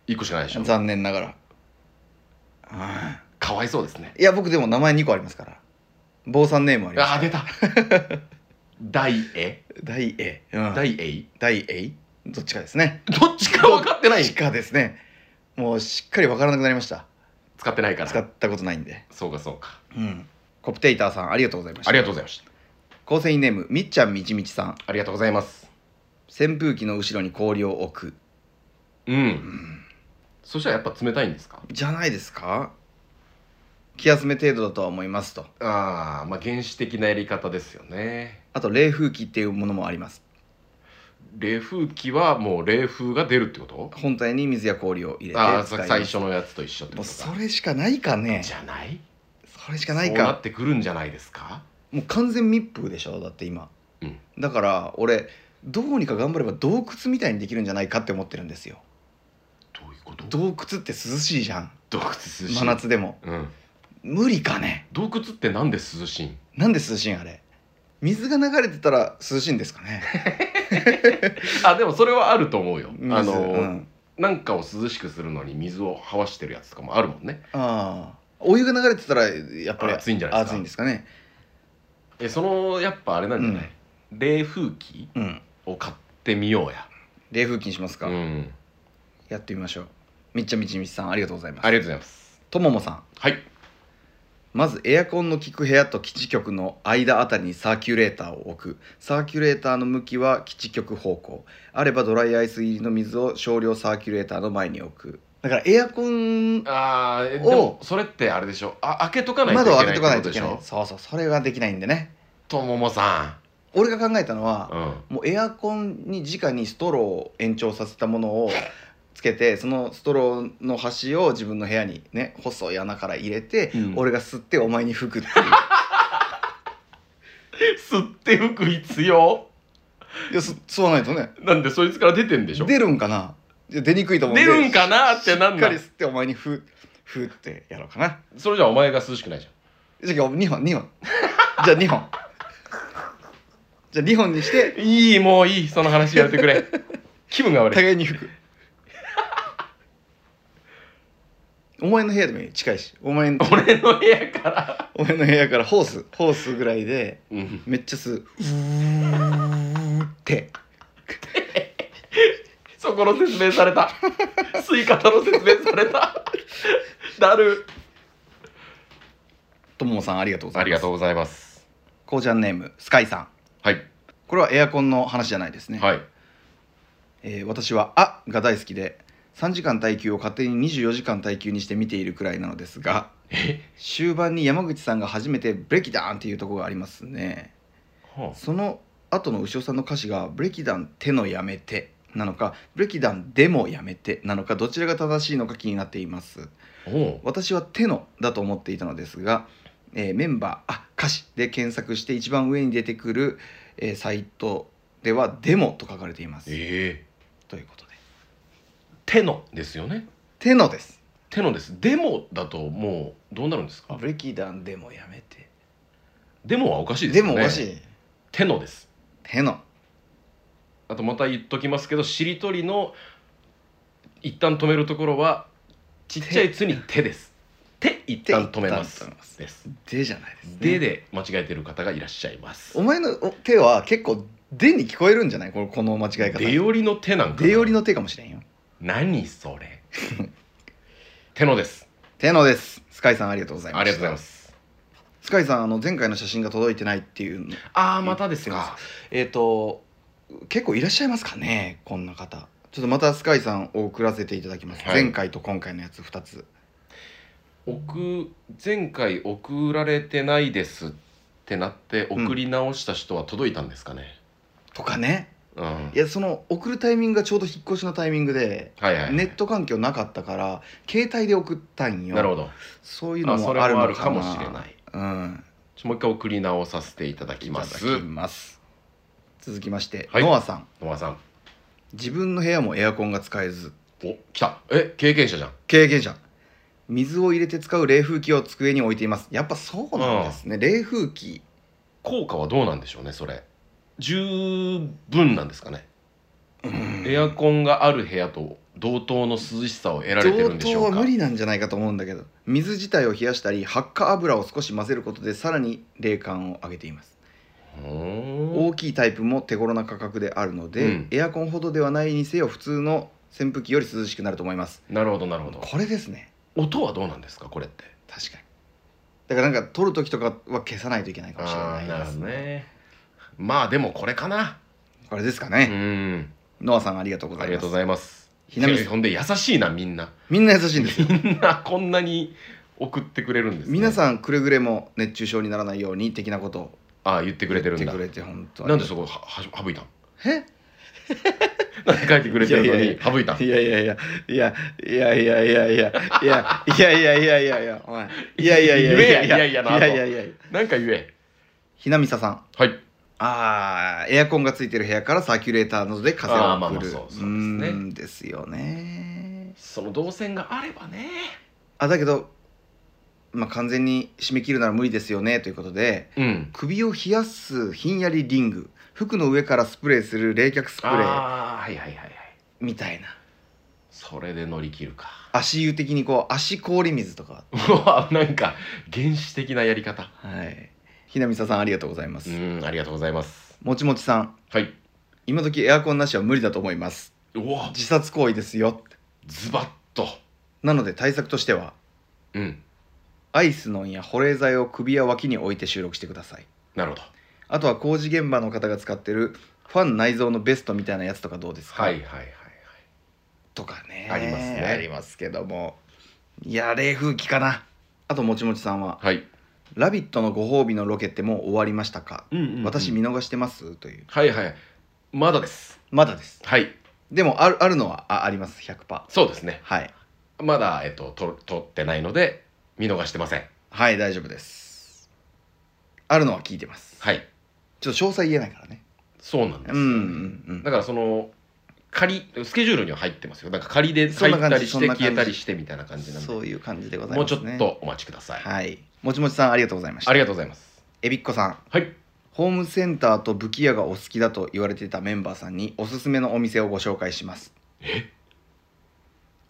[SPEAKER 1] 1個しかないでしょ
[SPEAKER 2] 残念ながらは
[SPEAKER 1] かわいそうですね
[SPEAKER 2] いいや僕でも名前2個ありますから坊さんネームあります
[SPEAKER 1] あー出た 大え
[SPEAKER 2] 大 A、うん、
[SPEAKER 1] 大え
[SPEAKER 2] 大 A どっちかですね
[SPEAKER 1] どっちか分かってない
[SPEAKER 2] しかですねもうしっかり分からなくなりました
[SPEAKER 1] 使ってないか
[SPEAKER 2] 使
[SPEAKER 1] ら
[SPEAKER 2] ったことないんで
[SPEAKER 1] そうかそうか
[SPEAKER 2] うんコプテイターさんありがとうございました
[SPEAKER 1] ありがとうございました
[SPEAKER 2] 構成員ネームみっちゃんみちみちさん
[SPEAKER 1] ありがとうございます
[SPEAKER 2] 扇風機の後ろに氷を置く
[SPEAKER 1] うんそしたらやっぱ冷たいんですか
[SPEAKER 2] じゃないですか気休め程度だとは思いますと
[SPEAKER 1] ああまあ原始的なやり方ですよね
[SPEAKER 2] あと冷風機っていうものもあります
[SPEAKER 1] 冷風機はもう冷風が出るってこと
[SPEAKER 2] 本体に水や氷を入れて
[SPEAKER 1] ああ
[SPEAKER 2] 使います
[SPEAKER 1] 最初のやつと一緒って
[SPEAKER 2] も
[SPEAKER 1] こ
[SPEAKER 2] う
[SPEAKER 1] と
[SPEAKER 2] そ
[SPEAKER 1] か
[SPEAKER 2] れしかないかね
[SPEAKER 1] じゃない
[SPEAKER 2] それしかない
[SPEAKER 1] そうな
[SPEAKER 2] か
[SPEAKER 1] ってくるんじゃないですか
[SPEAKER 2] もう完全密封でしょだって今、
[SPEAKER 1] うん
[SPEAKER 2] だから俺どうにか頑張れば洞窟みたいにできるんじゃないかって思ってるんですよ
[SPEAKER 1] どういうこと
[SPEAKER 2] 洞窟って涼しいじゃん
[SPEAKER 1] 洞窟涼しい
[SPEAKER 2] 真夏でも
[SPEAKER 1] うん、
[SPEAKER 2] 無理かね
[SPEAKER 1] 洞窟ってなんで涼しいん
[SPEAKER 2] なんで涼しいんあれ水が流れてたら涼しいんですかね
[SPEAKER 1] あでもそれはあると思うよ
[SPEAKER 2] 水
[SPEAKER 1] あの、
[SPEAKER 2] うん
[SPEAKER 1] なんかを涼しくするのに水をはわしてるやつとかもあるもんね
[SPEAKER 2] ああお湯が流れてたらやっぱり
[SPEAKER 1] 暑いんじゃないです
[SPEAKER 2] 暑
[SPEAKER 1] か
[SPEAKER 2] いんですかね
[SPEAKER 1] えそのやっぱあれなんじゃない、冷風機
[SPEAKER 2] うん
[SPEAKER 1] を買ってみようや
[SPEAKER 2] 冷風機にしますか、
[SPEAKER 1] うん
[SPEAKER 2] やってみましょうみっちゃみちみちさんありがとうございます
[SPEAKER 1] ありがとうございます
[SPEAKER 2] とももさん
[SPEAKER 1] はい
[SPEAKER 2] まずエアコンの効く部屋と基地局の間あたりにサーキュレーターを置くサーキュレーターの向きは基地局方向あればドライアイス入りの水を少量サーキュレーターの前に置くだからエアコン
[SPEAKER 1] あーえで
[SPEAKER 2] お
[SPEAKER 1] もそれってあれでしょあ開けとかないといけ
[SPEAKER 2] 窓を
[SPEAKER 1] な
[SPEAKER 2] 開け
[SPEAKER 1] い
[SPEAKER 2] とかない
[SPEAKER 1] っ
[SPEAKER 2] と
[SPEAKER 1] て
[SPEAKER 2] い
[SPEAKER 1] こ
[SPEAKER 2] け
[SPEAKER 1] でし
[SPEAKER 2] ない
[SPEAKER 1] ょ
[SPEAKER 2] そうそうそれができないんでね
[SPEAKER 1] とももさ
[SPEAKER 2] 俺が考えたの
[SPEAKER 1] んう
[SPEAKER 2] は、
[SPEAKER 1] ん
[SPEAKER 2] もうエアコンに直にストローを延長させたものをつけてそのストローの端を自分の部屋にね細い穴から入れて、
[SPEAKER 1] うん
[SPEAKER 2] 俺が吸ってお前に吹くっていう
[SPEAKER 1] 吸って吹く必要
[SPEAKER 2] いや吸吸わないとね
[SPEAKER 1] なんでそいつから出てんでしょ
[SPEAKER 2] 出るんかなじゃあ出にくいと思うん
[SPEAKER 1] 出
[SPEAKER 2] で
[SPEAKER 1] るんかなってなん
[SPEAKER 2] しっか
[SPEAKER 1] だ
[SPEAKER 2] り吸ってお前にふふってやろうかな
[SPEAKER 1] それじゃお前が涼しくないじ
[SPEAKER 2] じゃあ2本2本じゃあ2本じゃあ2本にして
[SPEAKER 1] ゃんいいもういいその話やめて くれ気分が悪い
[SPEAKER 2] 互いに吹くお前の部屋でもいい近いしお前の
[SPEAKER 1] 俺の部屋から
[SPEAKER 2] お前の部屋からホースホースぐらいで
[SPEAKER 1] うん
[SPEAKER 2] めっちゃ吸ううーって
[SPEAKER 1] そこの説明された吸い方の説明されただる
[SPEAKER 2] とももさんありがとうございます
[SPEAKER 1] ありがとうございます
[SPEAKER 2] こうちゃんネームスカイさん
[SPEAKER 1] はい
[SPEAKER 2] これはエアコンの話じゃないですね
[SPEAKER 1] はい
[SPEAKER 2] えー私は「あ」が大好きで3時間耐久を勝手に24時間耐久にして見ているくらいなのですが
[SPEAKER 1] え
[SPEAKER 2] 終盤に山口さんが初めて「ブレキダン」っていうところがありますね
[SPEAKER 1] は
[SPEAKER 2] その後の牛尾さんの歌詞が「ブレキダン手のやめて」なのか「ブレキダンでもやめて」なのかどちらが正しいのか気になっています
[SPEAKER 1] あおう
[SPEAKER 2] 私は「手の」だと思っていたのですが、えーメンバーあ歌詞で検索して一番上に出てくる、えーサイトでは「でも」と書かれています
[SPEAKER 1] ええ
[SPEAKER 2] ということで
[SPEAKER 1] 手のですよね
[SPEAKER 2] 「手の」です
[SPEAKER 1] 手のですでもだともうどうなるんですか
[SPEAKER 2] ブレキダンでもやめて。
[SPEAKER 1] でもはおかしいです
[SPEAKER 2] で
[SPEAKER 1] よね
[SPEAKER 2] もおかしい。
[SPEAKER 1] 手のです
[SPEAKER 2] 手の。
[SPEAKER 1] あとまた言っときますけどしりとりの一旦止めるところはちっちゃい「つ」に「手」です「手」一旦止めます
[SPEAKER 2] 手一旦止めます
[SPEAKER 1] です
[SPEAKER 2] でじゃないです、ね。
[SPEAKER 1] で。で間違えてる方がいらっしゃいます
[SPEAKER 2] お前のお手は結構でに聞こえるんじゃないこのこの間違い方。
[SPEAKER 1] 出よりの手なんかな
[SPEAKER 2] 出よりの手かもしれんよ。
[SPEAKER 1] 何それ手の です
[SPEAKER 2] 手のです。スカイさんありがとうござ
[SPEAKER 1] あ
[SPEAKER 2] い
[SPEAKER 1] り
[SPEAKER 2] ま
[SPEAKER 1] が
[SPEAKER 2] す。。
[SPEAKER 1] とうございますす
[SPEAKER 2] スカイさんあの前回の写真が届いてないっていうの。
[SPEAKER 1] ああまたですか
[SPEAKER 2] えっ、と結構いらっしゃいますかねこんな方。ちょっとまたスカイさんを送らせていただきます。
[SPEAKER 1] はい
[SPEAKER 2] 前回と今回のやつ二つ。
[SPEAKER 1] 送前回送られてないですってなって送り直した人は届いたんですかね、
[SPEAKER 2] とかね。
[SPEAKER 1] うん
[SPEAKER 2] いやその送るタイミングがちょうど引っ越しのタイミングで。
[SPEAKER 1] はいはいはい
[SPEAKER 2] ネット環境なかったから携帯で送ったんよ
[SPEAKER 1] なるほど
[SPEAKER 2] そういうの
[SPEAKER 1] あ
[SPEAKER 2] も
[SPEAKER 1] それ
[SPEAKER 2] ある
[SPEAKER 1] もあ
[SPEAKER 2] の
[SPEAKER 1] る
[SPEAKER 2] か
[SPEAKER 1] か
[SPEAKER 2] な
[SPEAKER 1] もしれない
[SPEAKER 2] うん
[SPEAKER 1] ちょもう一回送り直させていただき
[SPEAKER 2] いた
[SPEAKER 1] ま
[SPEAKER 2] だ
[SPEAKER 1] す
[SPEAKER 2] きます続きまして、
[SPEAKER 1] はい
[SPEAKER 2] ノアさん
[SPEAKER 1] 野間さん
[SPEAKER 2] 自分の部屋もエアコンが使えず
[SPEAKER 1] お来たえ経験者じゃん
[SPEAKER 2] 経験者水を入れて使う冷風機を机に置いていますやっぱそうなんですね、冷風機
[SPEAKER 1] 効果はどうなんでしょうねそれ十分なんですかね、エアコンがある部屋と同等の涼しさを得られてるんでし
[SPEAKER 2] 等
[SPEAKER 1] ょ
[SPEAKER 2] は
[SPEAKER 1] うか
[SPEAKER 2] 無理なんじゃないかと思うんだけど水自体を冷やしたり発火油を少し混ぜることでさらに冷感を上げています
[SPEAKER 1] うーん
[SPEAKER 2] 大きいタイプも手頃な価格であるので、
[SPEAKER 1] うん
[SPEAKER 2] エアコンほどではないにせよ普通の扇風機より涼しくなると思います
[SPEAKER 1] なるほどなるほど
[SPEAKER 2] これですね
[SPEAKER 1] 音はどうなんですかこれって
[SPEAKER 2] 確かにだからなんか撮る時とかは消さないといけないかもしれないです
[SPEAKER 1] ねまあでもこれかな
[SPEAKER 2] これですか
[SPEAKER 1] う
[SPEAKER 2] ね、
[SPEAKER 1] ん
[SPEAKER 2] ノアさんありがとうござ
[SPEAKER 1] あ
[SPEAKER 2] い
[SPEAKER 1] り
[SPEAKER 2] ま
[SPEAKER 1] が
[SPEAKER 2] す
[SPEAKER 1] とうございます
[SPEAKER 2] ひなみさん
[SPEAKER 1] ほんで優しいなみんな
[SPEAKER 2] みんな優しいんですよ
[SPEAKER 1] みんなこんなに送ってくれるんです、ね、
[SPEAKER 2] 皆
[SPEAKER 1] ん
[SPEAKER 2] さんくれぐれも熱中症にならないように的なことを
[SPEAKER 1] ああ言ってくれてるん
[SPEAKER 2] 言
[SPEAKER 1] だ
[SPEAKER 2] ってくれて本当
[SPEAKER 1] なんでそこはは省いたん
[SPEAKER 2] え
[SPEAKER 1] なん で書いてくれてるの
[SPEAKER 2] いやいや
[SPEAKER 1] に
[SPEAKER 2] い
[SPEAKER 1] 省いたん
[SPEAKER 2] いやいやいやいやいやいやいやいやいやいやいやいやいやいやお前いやいやいやいやいやいやいやいやいやいやいや
[SPEAKER 1] なんか言え
[SPEAKER 2] ひなみささん
[SPEAKER 1] はい
[SPEAKER 2] あーエアコンがついてる部屋からサーキュレーターなどで風
[SPEAKER 1] あーま
[SPEAKER 2] を
[SPEAKER 1] あま
[SPEAKER 2] 送
[SPEAKER 1] あ
[SPEAKER 2] る
[SPEAKER 1] そうそうです
[SPEAKER 2] う
[SPEAKER 1] ね
[SPEAKER 2] ーんですよね
[SPEAKER 1] その動線があればね
[SPEAKER 2] あだけど、まあ、完全に締め切るなら無理ですよねということで
[SPEAKER 1] うん
[SPEAKER 2] 首を冷やすひんやりリング服の上からスプレーする冷却スプレー
[SPEAKER 1] ああはいはいはいはい
[SPEAKER 2] みたいな
[SPEAKER 1] それで乗り切るか
[SPEAKER 2] 足湯的にこう足氷水とか
[SPEAKER 1] うわなんか原始的なやり方
[SPEAKER 2] はいひなみささんありがとうございます、
[SPEAKER 1] うんありがとうございます
[SPEAKER 2] もちもちさん
[SPEAKER 1] はい
[SPEAKER 2] 今時エアコンなしは無理だと思います
[SPEAKER 1] うわ
[SPEAKER 2] 自殺行為ですよ
[SPEAKER 1] ズバッと
[SPEAKER 2] なので対策としては
[SPEAKER 1] うん
[SPEAKER 2] アイスのんや保冷剤を首や脇に置いて収録してください
[SPEAKER 1] なるほど
[SPEAKER 2] あとは工事現場の方が使ってるファン内蔵のベストみたいなやつとかどうですか、
[SPEAKER 1] はいはいはいはい
[SPEAKER 2] とかね
[SPEAKER 1] ありますね
[SPEAKER 2] ありますけどもいや冷風機かなあともちもちさんは
[SPEAKER 1] はい、
[SPEAKER 2] 「ラビット!」のご褒美のロケってもう終わりましたか、
[SPEAKER 1] うん
[SPEAKER 2] 私見逃してますという
[SPEAKER 1] はいはいまだです
[SPEAKER 2] まだです
[SPEAKER 1] はい
[SPEAKER 2] でもあるあるのはああります100%
[SPEAKER 1] そうですね
[SPEAKER 2] はい
[SPEAKER 1] まだえっとと撮ってないので見逃してません
[SPEAKER 2] はい大丈夫ですあるのは聞いてます
[SPEAKER 1] はい
[SPEAKER 2] ちょっと詳細言えないからね
[SPEAKER 1] そうなんで
[SPEAKER 2] う
[SPEAKER 1] す、
[SPEAKER 2] んう
[SPEAKER 1] だ
[SPEAKER 2] んうん
[SPEAKER 1] からその仮スケジュールには入ってますよなんか仮で
[SPEAKER 2] そん
[SPEAKER 1] 入
[SPEAKER 2] な
[SPEAKER 1] っ
[SPEAKER 2] 感じ
[SPEAKER 1] たりし
[SPEAKER 2] そん
[SPEAKER 1] て
[SPEAKER 2] な感じ
[SPEAKER 1] 消えたりしてみたいな感じなんで
[SPEAKER 2] そういう感じでござい
[SPEAKER 1] もう
[SPEAKER 2] ま
[SPEAKER 1] ち
[SPEAKER 2] す
[SPEAKER 1] ょ
[SPEAKER 2] ね
[SPEAKER 1] っとお待ちください、
[SPEAKER 2] はいもちもちさんありがとうございました
[SPEAKER 1] ありがとうございます
[SPEAKER 2] えびっこさん
[SPEAKER 1] はい
[SPEAKER 2] ホームセンターと武器屋がお好きだと言われていたメンバーさんにおすすめのお店をご紹介します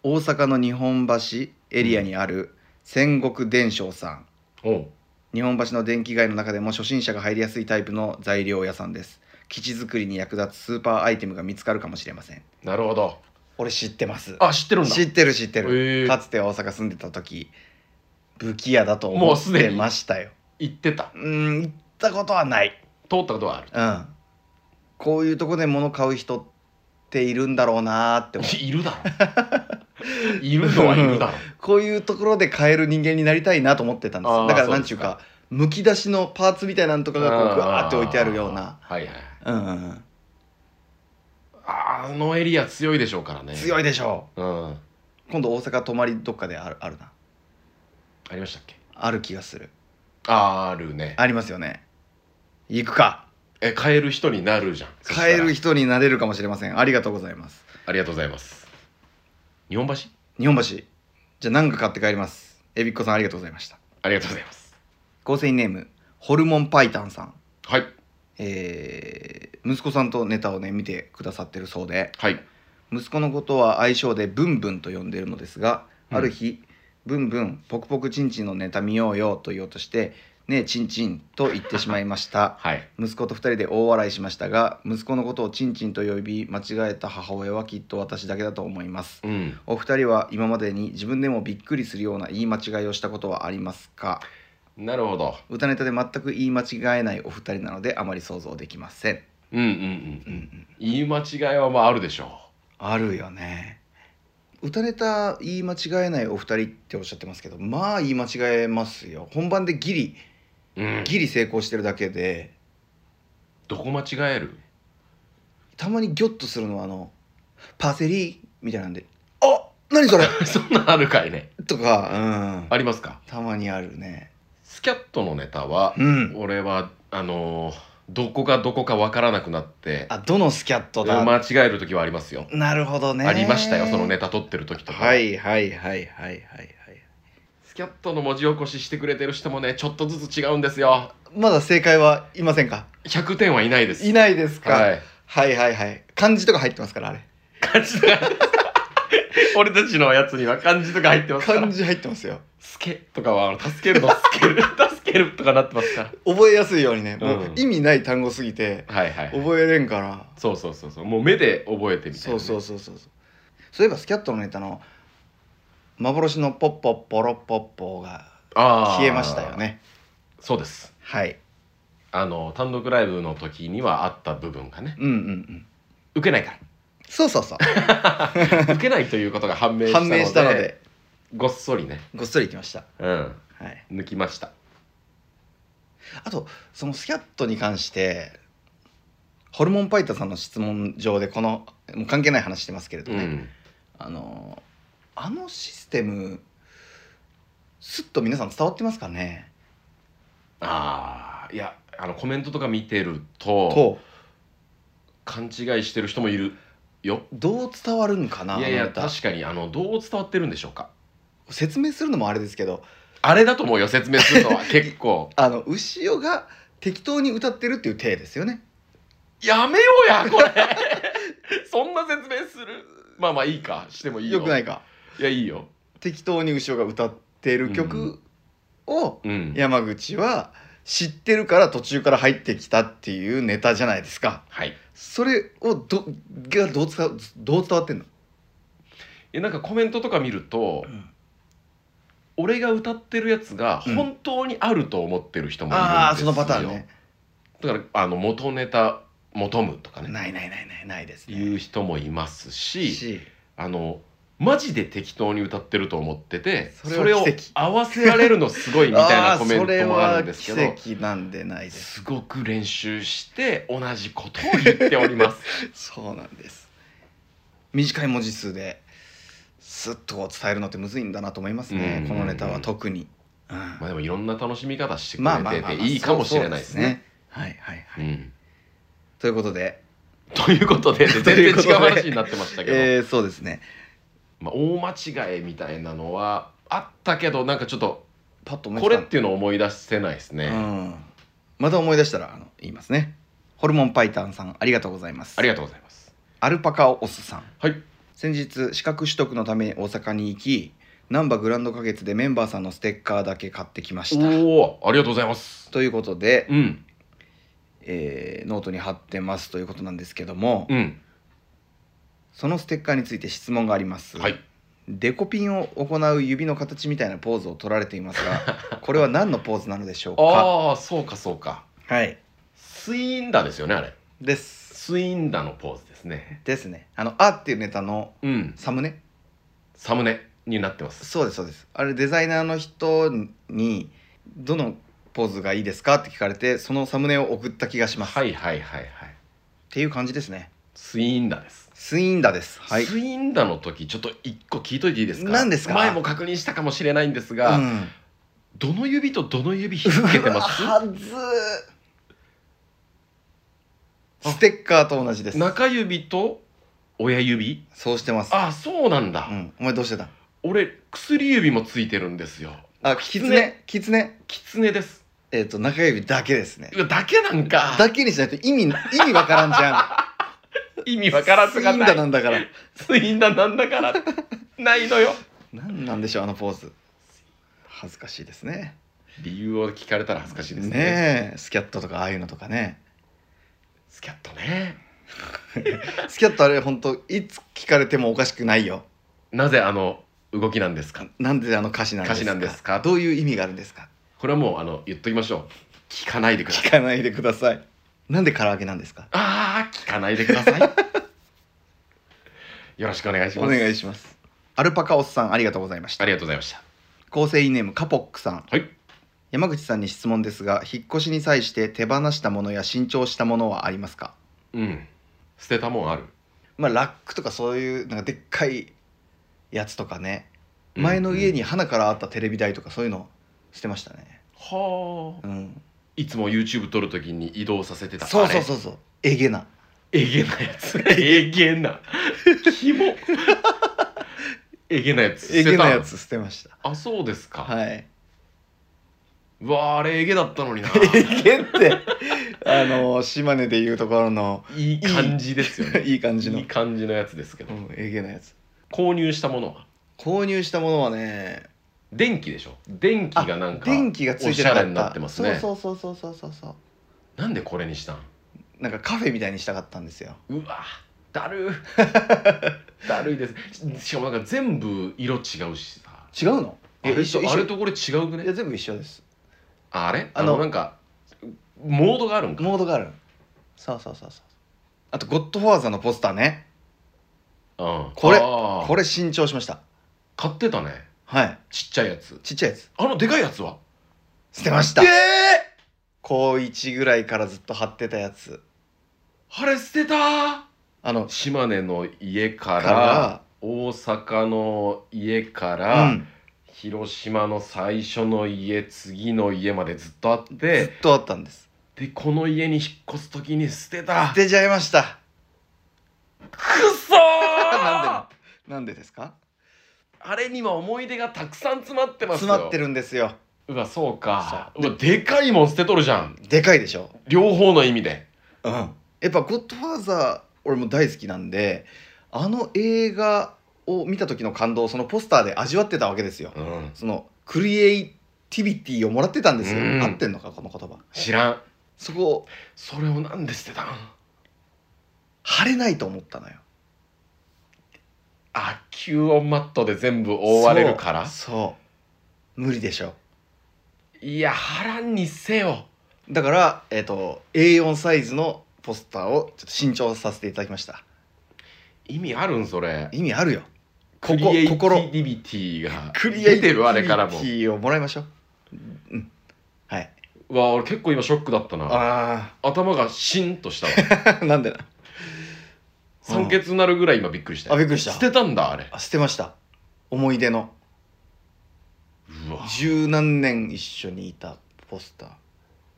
[SPEAKER 2] 大阪の日本橋エリアにある戦国伝承さん
[SPEAKER 1] おう
[SPEAKER 2] 日本橋の電気街の中でも初心者が入りやすいタイプの材料屋さんです基地作りに役立つスーパーアイテムが見つかるかもしれません
[SPEAKER 1] なるほど
[SPEAKER 2] 俺知ってます
[SPEAKER 1] あ知ってるんだ
[SPEAKER 2] 知ってる知ってる、
[SPEAKER 1] へー
[SPEAKER 2] かつて大阪住んでた時武器屋だと思
[SPEAKER 1] もうす
[SPEAKER 2] っ
[SPEAKER 1] でに
[SPEAKER 2] てましたよ
[SPEAKER 1] 行ってた
[SPEAKER 2] うん行ったことはない
[SPEAKER 1] 通ったことはある
[SPEAKER 2] うんこういうとこで物買う人っているんだろうなーって 思う
[SPEAKER 1] いるだろいるのはいるだろ
[SPEAKER 2] こういうところで買える人間になりたいなと思ってたんです
[SPEAKER 1] あ
[SPEAKER 2] よ
[SPEAKER 1] ー
[SPEAKER 2] だから
[SPEAKER 1] そう
[SPEAKER 2] なん
[SPEAKER 1] で
[SPEAKER 2] ちゅ
[SPEAKER 1] す
[SPEAKER 2] う
[SPEAKER 1] か
[SPEAKER 2] かむき出しのパーツみたいなんとかがこうぐわーって置いてあるような
[SPEAKER 1] はいはい
[SPEAKER 2] うんうんうん
[SPEAKER 1] あのエリア強いでしょうからね
[SPEAKER 2] 強
[SPEAKER 1] い
[SPEAKER 2] いでしょ
[SPEAKER 1] うんあ
[SPEAKER 2] う今度大阪泊まりどっかであるあるな
[SPEAKER 1] りましたっけ
[SPEAKER 2] ある気がする
[SPEAKER 1] あるね
[SPEAKER 2] ありますよね行くか
[SPEAKER 1] え買える人になるじゃんそしたら
[SPEAKER 2] 買える人になれるかもしれませんありがとうございます
[SPEAKER 1] ありがとうございます日本橋
[SPEAKER 2] 日本橋じゃあ何か買って帰りますえびっこさんありがとうございました
[SPEAKER 1] ありがとうございます
[SPEAKER 2] 構成員ネームホルモンパイタンさん
[SPEAKER 1] はい
[SPEAKER 2] えー息子さんとネタをね見てくださってるそうで
[SPEAKER 1] はい
[SPEAKER 2] 息子のことは愛称でブンブンと呼んでるのですが、
[SPEAKER 1] うん
[SPEAKER 2] ある日「ブンブンポクポクチンチンのネタ見ようよ」と言おうとして「ねえチンチン」と言ってしまいました
[SPEAKER 1] はい
[SPEAKER 2] 息子と2人で大笑いしましたが息子のことをチンチンと呼び間違えた母親はきっと私だけだと思います
[SPEAKER 1] うん
[SPEAKER 2] お二人は今までに自分でもびっくりするような言い間違いをしたことはありますか
[SPEAKER 1] なるほど
[SPEAKER 2] 歌ネタで全く言い間違えないお二人なのであまり想像できません
[SPEAKER 1] うんうんうんうん言い間違いはまああるでしょ
[SPEAKER 2] あるよね歌ネタ言い間違えないお二人っておっしゃってますけどまあ言い間違えますよ本番でギリ
[SPEAKER 1] う、うん、
[SPEAKER 2] ギリ成功してるだけで
[SPEAKER 1] どこ間違える
[SPEAKER 2] たまにギョッとするのはあの「パセリ」みたいなんで「あ何それ!
[SPEAKER 1] そんなんあるかいね」
[SPEAKER 2] とか、うん、
[SPEAKER 1] ありますか
[SPEAKER 2] たまにあるね
[SPEAKER 1] スキャットのネタは
[SPEAKER 2] うん
[SPEAKER 1] 俺はあのーどこがどこかわからなくなって
[SPEAKER 2] あどのスキャットだ、
[SPEAKER 1] 間違える時はありますよ、
[SPEAKER 2] なるほどね
[SPEAKER 1] ありましたよそのネタ撮ってる時とか、
[SPEAKER 2] はいはいはいはいはいはい
[SPEAKER 1] スキャットの文字起こししてくれてる人もねちょっとずつ違うんですよ
[SPEAKER 2] まだ正解はいませんか
[SPEAKER 1] 100点はいないです
[SPEAKER 2] いないですか、
[SPEAKER 1] はい
[SPEAKER 2] はいはいはい漢字とか入ってますからあれ
[SPEAKER 1] 漢字とか 俺たちのやつには漢字とか入ってますから
[SPEAKER 2] 漢字入ってますよ
[SPEAKER 1] 「助け」とかはあの助けるの助 ける助けるとかなってますか
[SPEAKER 2] 覚えやすいようにね、もう
[SPEAKER 1] うん
[SPEAKER 2] 意味ない単語すぎて
[SPEAKER 1] らはいはい
[SPEAKER 2] 覚えれんから、
[SPEAKER 1] そうそうそうそうもう目で覚えてみたいなね、
[SPEAKER 2] そうそうそうそうそうそういえばスキャットのネタの「幻のポッポッポロッポッポ」が
[SPEAKER 1] あー
[SPEAKER 2] 消えましたよね
[SPEAKER 1] そうです
[SPEAKER 2] はい
[SPEAKER 1] あの単独ライブの時にはあった部分がね
[SPEAKER 2] うんうんうん
[SPEAKER 1] 受けないか
[SPEAKER 2] そうそうそう
[SPEAKER 1] ら受けないということが判明したので
[SPEAKER 2] 判明したので
[SPEAKER 1] ごっそりね
[SPEAKER 2] ごっそり行きました、
[SPEAKER 1] うん
[SPEAKER 2] はい、
[SPEAKER 1] 抜きました
[SPEAKER 2] あとそのスキャットに関してホルモンパイタさんの質問上でこのもう関係ない話してますけれど
[SPEAKER 1] う
[SPEAKER 2] ね、
[SPEAKER 1] ん
[SPEAKER 2] あのあのシステムすっと皆さん伝わってますかね
[SPEAKER 1] ああいやあのコメントとか見てると
[SPEAKER 2] と
[SPEAKER 1] 勘違いしてる人もいるよ
[SPEAKER 2] どう伝わるんかない
[SPEAKER 1] やい
[SPEAKER 2] あ
[SPEAKER 1] や
[SPEAKER 2] なた
[SPEAKER 1] 確かにあのどう伝わってるんでしょうか
[SPEAKER 2] 説明するのもあれですけど
[SPEAKER 1] あれだと思うよ説明するの は結構
[SPEAKER 2] あの牛尾が適当に歌ってるっていう体ですよね
[SPEAKER 1] やめようやこれ そんな説明するまあまあいいかしてもいいよ
[SPEAKER 2] よくないいか
[SPEAKER 1] やいいよ
[SPEAKER 2] 適当に牛尾が歌ってる曲を
[SPEAKER 1] うん
[SPEAKER 2] 山口は知ってるから途中から入ってきたっていうネタじゃないですか
[SPEAKER 1] はい
[SPEAKER 2] それをどがどう伝わどう伝わってんの、
[SPEAKER 1] えなんかコメントとか見ると、俺が歌ってるやつが
[SPEAKER 2] うん
[SPEAKER 1] 本当にあると思ってる人もいるんですよ、
[SPEAKER 2] ああそのパターンね
[SPEAKER 1] だからあの元ネタ求むとかね
[SPEAKER 2] ないないないないないですね
[SPEAKER 1] いう人もいますし
[SPEAKER 2] し
[SPEAKER 1] あのマジで適当に歌ってると思っててそ
[SPEAKER 2] そ
[SPEAKER 1] れ
[SPEAKER 2] れは
[SPEAKER 1] を
[SPEAKER 2] 奇跡
[SPEAKER 1] 合わせられるのすごいみたい なコメントもあるんですけ
[SPEAKER 2] あ
[SPEAKER 1] ど
[SPEAKER 2] ー。それは奇跡なんでないです
[SPEAKER 1] すごく練習して同じことを言っております。
[SPEAKER 2] そうなんです短い文字数ですっとこう伝えるのってむずいんだなと思いますね
[SPEAKER 1] うん
[SPEAKER 2] このネタは特に、うん
[SPEAKER 1] まあでもいろんな楽しみ方してく
[SPEAKER 2] まあまあ
[SPEAKER 1] れ
[SPEAKER 2] まあ
[SPEAKER 1] てていいかもしれないですね。
[SPEAKER 2] そうそうですねはいはいはい、
[SPEAKER 1] うん
[SPEAKER 2] ということで、
[SPEAKER 1] ということ で全
[SPEAKER 2] と
[SPEAKER 1] 然
[SPEAKER 2] い
[SPEAKER 1] 違
[SPEAKER 2] うこと
[SPEAKER 1] う
[SPEAKER 2] で
[SPEAKER 1] 話になってましたけど、
[SPEAKER 2] えー、そうですね
[SPEAKER 1] まあ、大間違いみたいなのはあったけどなんかちょっと
[SPEAKER 2] パッと思いつ
[SPEAKER 1] こ
[SPEAKER 2] か
[SPEAKER 1] れ
[SPEAKER 2] ん
[SPEAKER 1] っていうのを思い出せないですね。
[SPEAKER 2] うん、また思い出したらあの言いますねホルモンパイタンさんありがとうございます
[SPEAKER 1] ありがとうございます。
[SPEAKER 2] アルパカオオスさん
[SPEAKER 1] はい
[SPEAKER 2] 先日資格取得のために大阪に行き難波グランド花月でメンバーさんのステッカーだけ買ってきました
[SPEAKER 1] おおありがとうございます。
[SPEAKER 2] ということで、
[SPEAKER 1] うん
[SPEAKER 2] えーノートに貼ってますということなんですけども、
[SPEAKER 1] うん
[SPEAKER 2] そのステッカーについて質問があります、
[SPEAKER 1] はい
[SPEAKER 2] デコピンを行う指の形みたいなポーズを取られています がこれは何のポーズなのでしょうか
[SPEAKER 1] ああそうかそうか
[SPEAKER 2] はい
[SPEAKER 1] スインダですよねあれ
[SPEAKER 2] です
[SPEAKER 1] スインダのポーズですね
[SPEAKER 2] ですねあの「あ」っていうネタの
[SPEAKER 1] うん
[SPEAKER 2] サムネ
[SPEAKER 1] サムネになってます
[SPEAKER 2] そうですそうですあれデザイナーの人にどのポーズがいいですかって聞かれてそのサムネを送った気がします、、
[SPEAKER 1] はい
[SPEAKER 2] っ
[SPEAKER 1] いはいはいはい
[SPEAKER 2] ていう感じですね
[SPEAKER 1] スインダです、
[SPEAKER 2] スインダですはい
[SPEAKER 1] スインダの時ちょっと一個聞いといていいですか
[SPEAKER 2] 何ですか
[SPEAKER 1] 前も確認したかもしれないんですが、
[SPEAKER 2] うん
[SPEAKER 1] どの指とどの指引っ掛けて ます
[SPEAKER 2] うわはずーステッカーと同じです
[SPEAKER 1] 中指と親指
[SPEAKER 2] そうしてます
[SPEAKER 1] あそうなんだ、
[SPEAKER 2] うん、お前どうしてた
[SPEAKER 1] 俺薬指もついてるんですよ
[SPEAKER 2] あキツネキツネ
[SPEAKER 1] キツネです
[SPEAKER 2] えっ、と中指だけですね
[SPEAKER 1] うわだけなんか
[SPEAKER 2] だけにしないと意味意味わからんじゃん
[SPEAKER 1] 意 味わからずがない
[SPEAKER 2] スインダなんだから
[SPEAKER 1] スインダなんだ からないのよ
[SPEAKER 2] なんなんでしょうあのポーズ恥ずかしいですね
[SPEAKER 1] 理由を聞かれたら恥ずかしいですね
[SPEAKER 2] ねえスキャットとかああいうのとかね
[SPEAKER 1] スキャットね
[SPEAKER 2] スキャットあれ本当いつ聞かれてもおかしくないよ
[SPEAKER 1] なぜあの動きなんですか
[SPEAKER 2] なんであの歌詞なんですか
[SPEAKER 1] 歌詞なんですか
[SPEAKER 2] どういう意味があるんですか
[SPEAKER 1] これはもうあの言っときましょう聞かないでください
[SPEAKER 2] 聞かないでくださいなんで唐揚げなんですか
[SPEAKER 1] ああ聞かないでくださいよろしくお願いし
[SPEAKER 2] お
[SPEAKER 1] ます
[SPEAKER 2] 願いしますアルパカオスさんありがとうございました
[SPEAKER 1] ありがとうございました
[SPEAKER 2] 構成員ネームカポックさん
[SPEAKER 1] はい
[SPEAKER 2] 山口さんに質問ですが引っ越しに際して手放したものや新調したものはありますか
[SPEAKER 1] うん捨てたもんある
[SPEAKER 2] まあラックとかそういうなんかでっかいやつとかね前の家に花からあったテレビ台とかそういうの捨てましたね
[SPEAKER 1] はあ
[SPEAKER 2] うん
[SPEAKER 1] いつも YouTube 撮るときに移動させてた
[SPEAKER 2] そうそう
[SPEAKER 1] う
[SPEAKER 2] そうそうえげな
[SPEAKER 1] えげなやつえげなキ モえげなやつ
[SPEAKER 2] え
[SPEAKER 1] 捨
[SPEAKER 2] げ
[SPEAKER 1] てた
[SPEAKER 2] な
[SPEAKER 1] の
[SPEAKER 2] やつ捨てました
[SPEAKER 1] あそうですか、
[SPEAKER 2] はいう
[SPEAKER 1] わああれえげだったの にな
[SPEAKER 2] えげってあの島根でいうところの
[SPEAKER 1] いい感じですよね
[SPEAKER 2] いい感じの
[SPEAKER 1] いい感じのやつですけど、
[SPEAKER 2] うんえげなやつ
[SPEAKER 1] 購入したものは
[SPEAKER 2] 購入したものはね
[SPEAKER 1] 電気でしょ電気
[SPEAKER 2] あ
[SPEAKER 1] がなんか
[SPEAKER 2] 電気がついてなか
[SPEAKER 1] おしゃれにな
[SPEAKER 2] っ
[SPEAKER 1] って
[SPEAKER 2] た
[SPEAKER 1] ますね
[SPEAKER 2] そうそうそうそうそうそう
[SPEAKER 1] なんでこれにしたん
[SPEAKER 2] なんかカフェみたいにしたかったんですよ
[SPEAKER 1] うわだ るだるいですししかもなんか全部色違うしさ
[SPEAKER 2] 違うの
[SPEAKER 1] あれとあれとこれ違うく
[SPEAKER 2] いや
[SPEAKER 1] ね
[SPEAKER 2] 全部一緒です
[SPEAKER 1] ああれ
[SPEAKER 2] あ
[SPEAKER 1] あ
[SPEAKER 2] の
[SPEAKER 1] のなんかモードがあるんか
[SPEAKER 2] モードがあるそうそうそうそうあと「ゴッドファーザー」のポスターね
[SPEAKER 1] うん
[SPEAKER 2] これ
[SPEAKER 1] あー
[SPEAKER 2] これ新調しました
[SPEAKER 1] 買ってたね
[SPEAKER 2] はい
[SPEAKER 1] ちっちゃいやつ
[SPEAKER 2] ちっちゃいやつ
[SPEAKER 1] あのでかいやつは
[SPEAKER 2] 捨てました
[SPEAKER 1] ええ
[SPEAKER 2] 高1ぐらいからずっと貼ってたやつ
[SPEAKER 1] ー、あれ捨てたー
[SPEAKER 2] あの
[SPEAKER 1] 島根の家から
[SPEAKER 2] か
[SPEAKER 1] 大阪の家からら、
[SPEAKER 2] うん、
[SPEAKER 1] 広島の最初の家次の家までずっとあっ
[SPEAKER 2] ずってとあったんです
[SPEAKER 1] でこの家に引っ越す時に捨てた
[SPEAKER 2] 捨てちゃいました
[SPEAKER 1] くそ
[SPEAKER 2] な
[SPEAKER 1] ー
[SPEAKER 2] んでなんでですか
[SPEAKER 1] あれには思い出がたくさん詰まってますよ
[SPEAKER 2] 詰まってるんですよ
[SPEAKER 1] うわそうか
[SPEAKER 2] そう
[SPEAKER 1] うわでかいもん捨てとるじゃん
[SPEAKER 2] でかいでしょ
[SPEAKER 1] 両方の意味で
[SPEAKER 2] うんやっぱ「ゴッドファーザー」俺も大好きなんであの映画を見た時の感動をそのポスターで味わってたわけですよ
[SPEAKER 1] うん
[SPEAKER 2] そのクリエイティビティをもらってたんですよ
[SPEAKER 1] うん
[SPEAKER 2] 合ってんのかこの言葉
[SPEAKER 1] 知らん
[SPEAKER 2] そこを
[SPEAKER 1] それをなんで捨てたん
[SPEAKER 2] 晴れないと思ったのよ
[SPEAKER 1] あ吸音マットで全部覆われるから
[SPEAKER 2] そうそう無理でしょ
[SPEAKER 1] いや腹にせよ
[SPEAKER 2] だから、えっと A4 サイズのポスターをちょっと新調させていただきました
[SPEAKER 1] 意味あるんそれ
[SPEAKER 2] 意味あるよこ
[SPEAKER 1] ク
[SPEAKER 2] こ
[SPEAKER 1] リエイテ
[SPEAKER 2] 心
[SPEAKER 1] ィビティが
[SPEAKER 2] クリエイ
[SPEAKER 1] 出
[SPEAKER 2] テ
[SPEAKER 1] て
[SPEAKER 2] ィビ
[SPEAKER 1] るあれからも
[SPEAKER 2] ティをもらいましょううんはい
[SPEAKER 1] うんうわ俺結構今ショックだったな
[SPEAKER 2] あ
[SPEAKER 1] 頭がシンとしたわ
[SPEAKER 2] あ なんでな
[SPEAKER 1] 酸欠なるぐらい今びっくりした
[SPEAKER 2] あびっくりした
[SPEAKER 1] 捨てたんだあれ
[SPEAKER 2] あ捨てました思い出の
[SPEAKER 1] うわ
[SPEAKER 2] 十何年一緒にいたポスター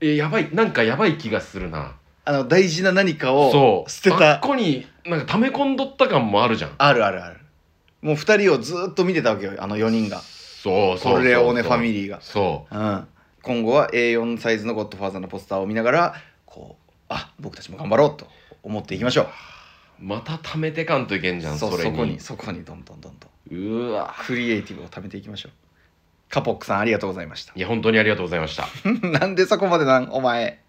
[SPEAKER 1] えやばいなんかやばい気がするな
[SPEAKER 2] あの大事な何か
[SPEAKER 1] そ
[SPEAKER 2] を
[SPEAKER 1] う
[SPEAKER 2] 捨て
[SPEAKER 1] あったこになんか溜め込んどった感もあるじゃん
[SPEAKER 2] あるあるあるもう二人をずーっと見てたわけよあの四人が
[SPEAKER 1] そうそうそうそう
[SPEAKER 2] コルレオーネファミリーが
[SPEAKER 1] そ
[SPEAKER 2] うん今後は A4 サイズのゴッドファーザーのポスターを見ながらこうあ僕たちも頑張ろうと思っていきましょう
[SPEAKER 1] うまた溜めてかんといけんじゃん
[SPEAKER 2] そ
[SPEAKER 1] そう
[SPEAKER 2] そ
[SPEAKER 1] れ
[SPEAKER 2] こにそこにどんどんどんどん
[SPEAKER 1] うわ
[SPEAKER 2] クリエイティブを貯めていきましょうカポックさんありがとうございました
[SPEAKER 1] いや本当にありがとうございました
[SPEAKER 2] なんでそこまでなんお前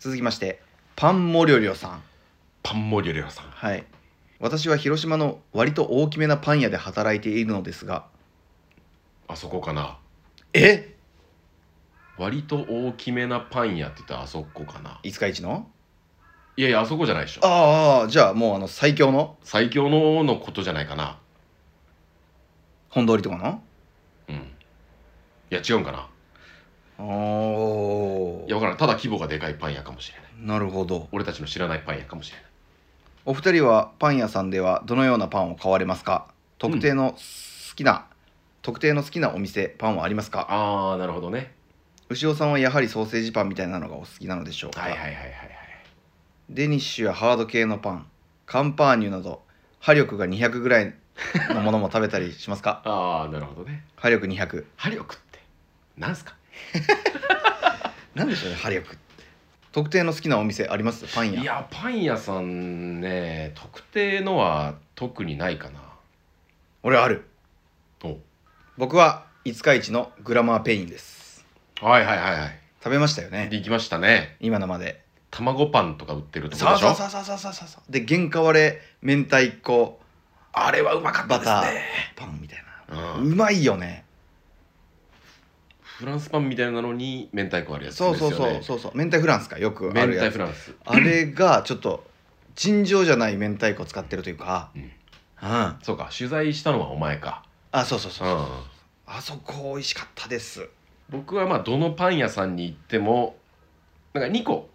[SPEAKER 2] 続きましてパンモリョリョさん
[SPEAKER 1] パンモリョレオさん
[SPEAKER 2] はい私は広島の割と大きめなパン屋で働いているのですが
[SPEAKER 1] あそこかな
[SPEAKER 2] え
[SPEAKER 1] 割と大きめなパン屋って言ったらあそこかない
[SPEAKER 2] つかいちの
[SPEAKER 1] いやいやあそこじゃないでしょ
[SPEAKER 2] ああじゃあもうあの最強の
[SPEAKER 1] 最強ののことじゃないかな
[SPEAKER 2] 本通りとかの
[SPEAKER 1] うんいや違うんかな
[SPEAKER 2] お
[SPEAKER 1] いや分からんただ規模がでかいパン屋かもしれない
[SPEAKER 2] なるほど
[SPEAKER 1] 俺たちの知らないパン屋かもしれない
[SPEAKER 2] お二人はパン屋さんではどのようなパンを買われますか特定の好きな、特定の好きなお店パンはありますか
[SPEAKER 1] ああなるほどね
[SPEAKER 2] 牛尾さんはやはりソーセージパンみたいなのがお好きなのでしょうか、
[SPEAKER 1] はいはいはいはいはい
[SPEAKER 2] デニッシュやハード系のパンカンパーニュなど波力が200ぐらいのものも食べたりしますか
[SPEAKER 1] ああなるほどね
[SPEAKER 2] 波力200
[SPEAKER 1] ハリオクってなんすか
[SPEAKER 2] なんでしょうね波力って特定の好きなお店ありますパン屋
[SPEAKER 1] いやパン屋さんね特定のは特にないかな
[SPEAKER 2] 俺ある
[SPEAKER 1] お
[SPEAKER 2] 僕は五日市のグラマーペインです
[SPEAKER 1] はいはいはいはい
[SPEAKER 2] 食べましたよね
[SPEAKER 1] できましたね
[SPEAKER 2] 今のまで
[SPEAKER 1] 卵パンとか売ってるとこ
[SPEAKER 2] そ
[SPEAKER 1] で
[SPEAKER 2] う
[SPEAKER 1] しょ
[SPEAKER 2] そうそうそうそうそうそうで原価割れ明太子
[SPEAKER 1] あれはうまかった
[SPEAKER 2] バ
[SPEAKER 1] で
[SPEAKER 2] タ
[SPEAKER 1] す
[SPEAKER 2] ー
[SPEAKER 1] ね
[SPEAKER 2] パンみたいな、
[SPEAKER 1] う、
[SPEAKER 2] うんまいよね
[SPEAKER 1] フランスパンみたいなのに明太子あるやつです
[SPEAKER 2] そ
[SPEAKER 1] よ、
[SPEAKER 2] う
[SPEAKER 1] ね、
[SPEAKER 2] そうそうそうそう明太フランスかよくあ
[SPEAKER 1] 明
[SPEAKER 2] るや
[SPEAKER 1] 太
[SPEAKER 2] つ
[SPEAKER 1] フランス
[SPEAKER 2] あれがちょっと尋常じゃない明太子使ってるというか
[SPEAKER 1] うん
[SPEAKER 2] うん
[SPEAKER 1] そうか取材したのはお前か
[SPEAKER 2] あそうそうそううそう、
[SPEAKER 1] ん
[SPEAKER 2] あそこ美味しかったです
[SPEAKER 1] 僕はまあどのパン屋さんに行ってもなんか2個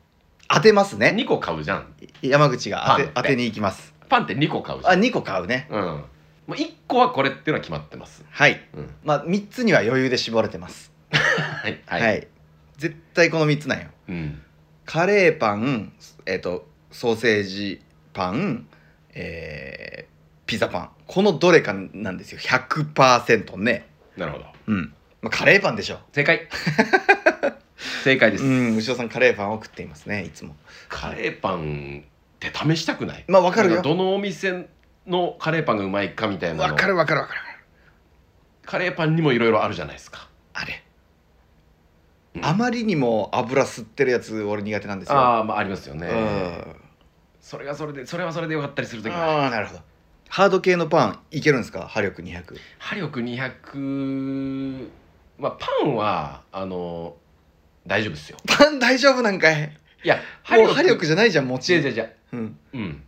[SPEAKER 2] 当てますね
[SPEAKER 1] 2個買うじゃん
[SPEAKER 2] 山口が当て
[SPEAKER 1] パン
[SPEAKER 2] 当てに行きます
[SPEAKER 1] パンって2個買うじゃ
[SPEAKER 2] あ
[SPEAKER 1] ん
[SPEAKER 2] 2個買うね
[SPEAKER 1] うんもう1個はこれっていうのは決まってます
[SPEAKER 2] はい
[SPEAKER 1] うん
[SPEAKER 2] まあ3つには余裕で絞れてます
[SPEAKER 1] はいは、
[SPEAKER 2] はいい、絶対この3つなんよ
[SPEAKER 1] うん
[SPEAKER 2] カレーパンえっ、とソーセージパンえーピザパンこのどれかなんですよ100%ね
[SPEAKER 1] なるほど
[SPEAKER 2] うん、まあ、カレーパンでしょ
[SPEAKER 1] 正 解正解です、
[SPEAKER 2] うん牛尾さんカレーパンを食っていますねいつも
[SPEAKER 1] カレーパンって試したくない
[SPEAKER 2] まあわかるよ
[SPEAKER 1] なんどのお店のカレーパンがうまいかみたいな
[SPEAKER 2] わ
[SPEAKER 1] の
[SPEAKER 2] かるわかるわかる
[SPEAKER 1] カレーパンにもいろいろあるじゃないですか
[SPEAKER 2] あれ、
[SPEAKER 1] うん
[SPEAKER 2] あまりにも油吸ってるやつ俺苦手なんですよ
[SPEAKER 1] ああまあありますよね、
[SPEAKER 2] うん
[SPEAKER 1] それがそれでそれはそれでよかったりするときは
[SPEAKER 2] ああなるほどハード系のパンいけるんですか波力200
[SPEAKER 1] 波力200まあパンはあの大丈夫ですよ
[SPEAKER 2] パン大丈夫なんかい
[SPEAKER 1] いや
[SPEAKER 2] もう波力じゃないじゃんもち
[SPEAKER 1] 違う違う違う
[SPEAKER 2] うん、
[SPEAKER 1] うん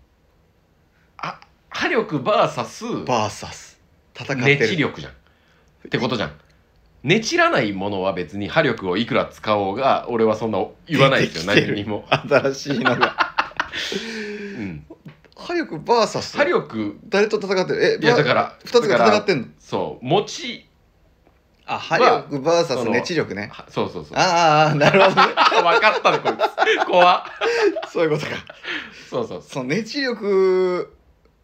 [SPEAKER 1] あ波力バーサス
[SPEAKER 2] バーサス戦ってる
[SPEAKER 1] 熱力じゃんってことじゃんねちらないものは別に破力をいくら使おうが俺はそんな言わないですよ
[SPEAKER 2] 出てきて
[SPEAKER 1] 何
[SPEAKER 2] る
[SPEAKER 1] にも、
[SPEAKER 2] 新しいのが
[SPEAKER 1] うん、
[SPEAKER 2] 破力バーサス
[SPEAKER 1] 破力
[SPEAKER 2] 誰と戦ってるえ
[SPEAKER 1] いや
[SPEAKER 2] バ
[SPEAKER 1] だ
[SPEAKER 2] ー
[SPEAKER 1] から
[SPEAKER 2] 二つが戦ってんの
[SPEAKER 1] そう持ち
[SPEAKER 2] あ破力バーサ
[SPEAKER 1] そ
[SPEAKER 2] ス
[SPEAKER 1] の
[SPEAKER 2] 熱力ね
[SPEAKER 1] はそうそうそう
[SPEAKER 2] あーあーなるほ どね
[SPEAKER 1] 分かったねこいつ怖っ
[SPEAKER 2] そういうことか
[SPEAKER 1] そうそうそう
[SPEAKER 2] その熱力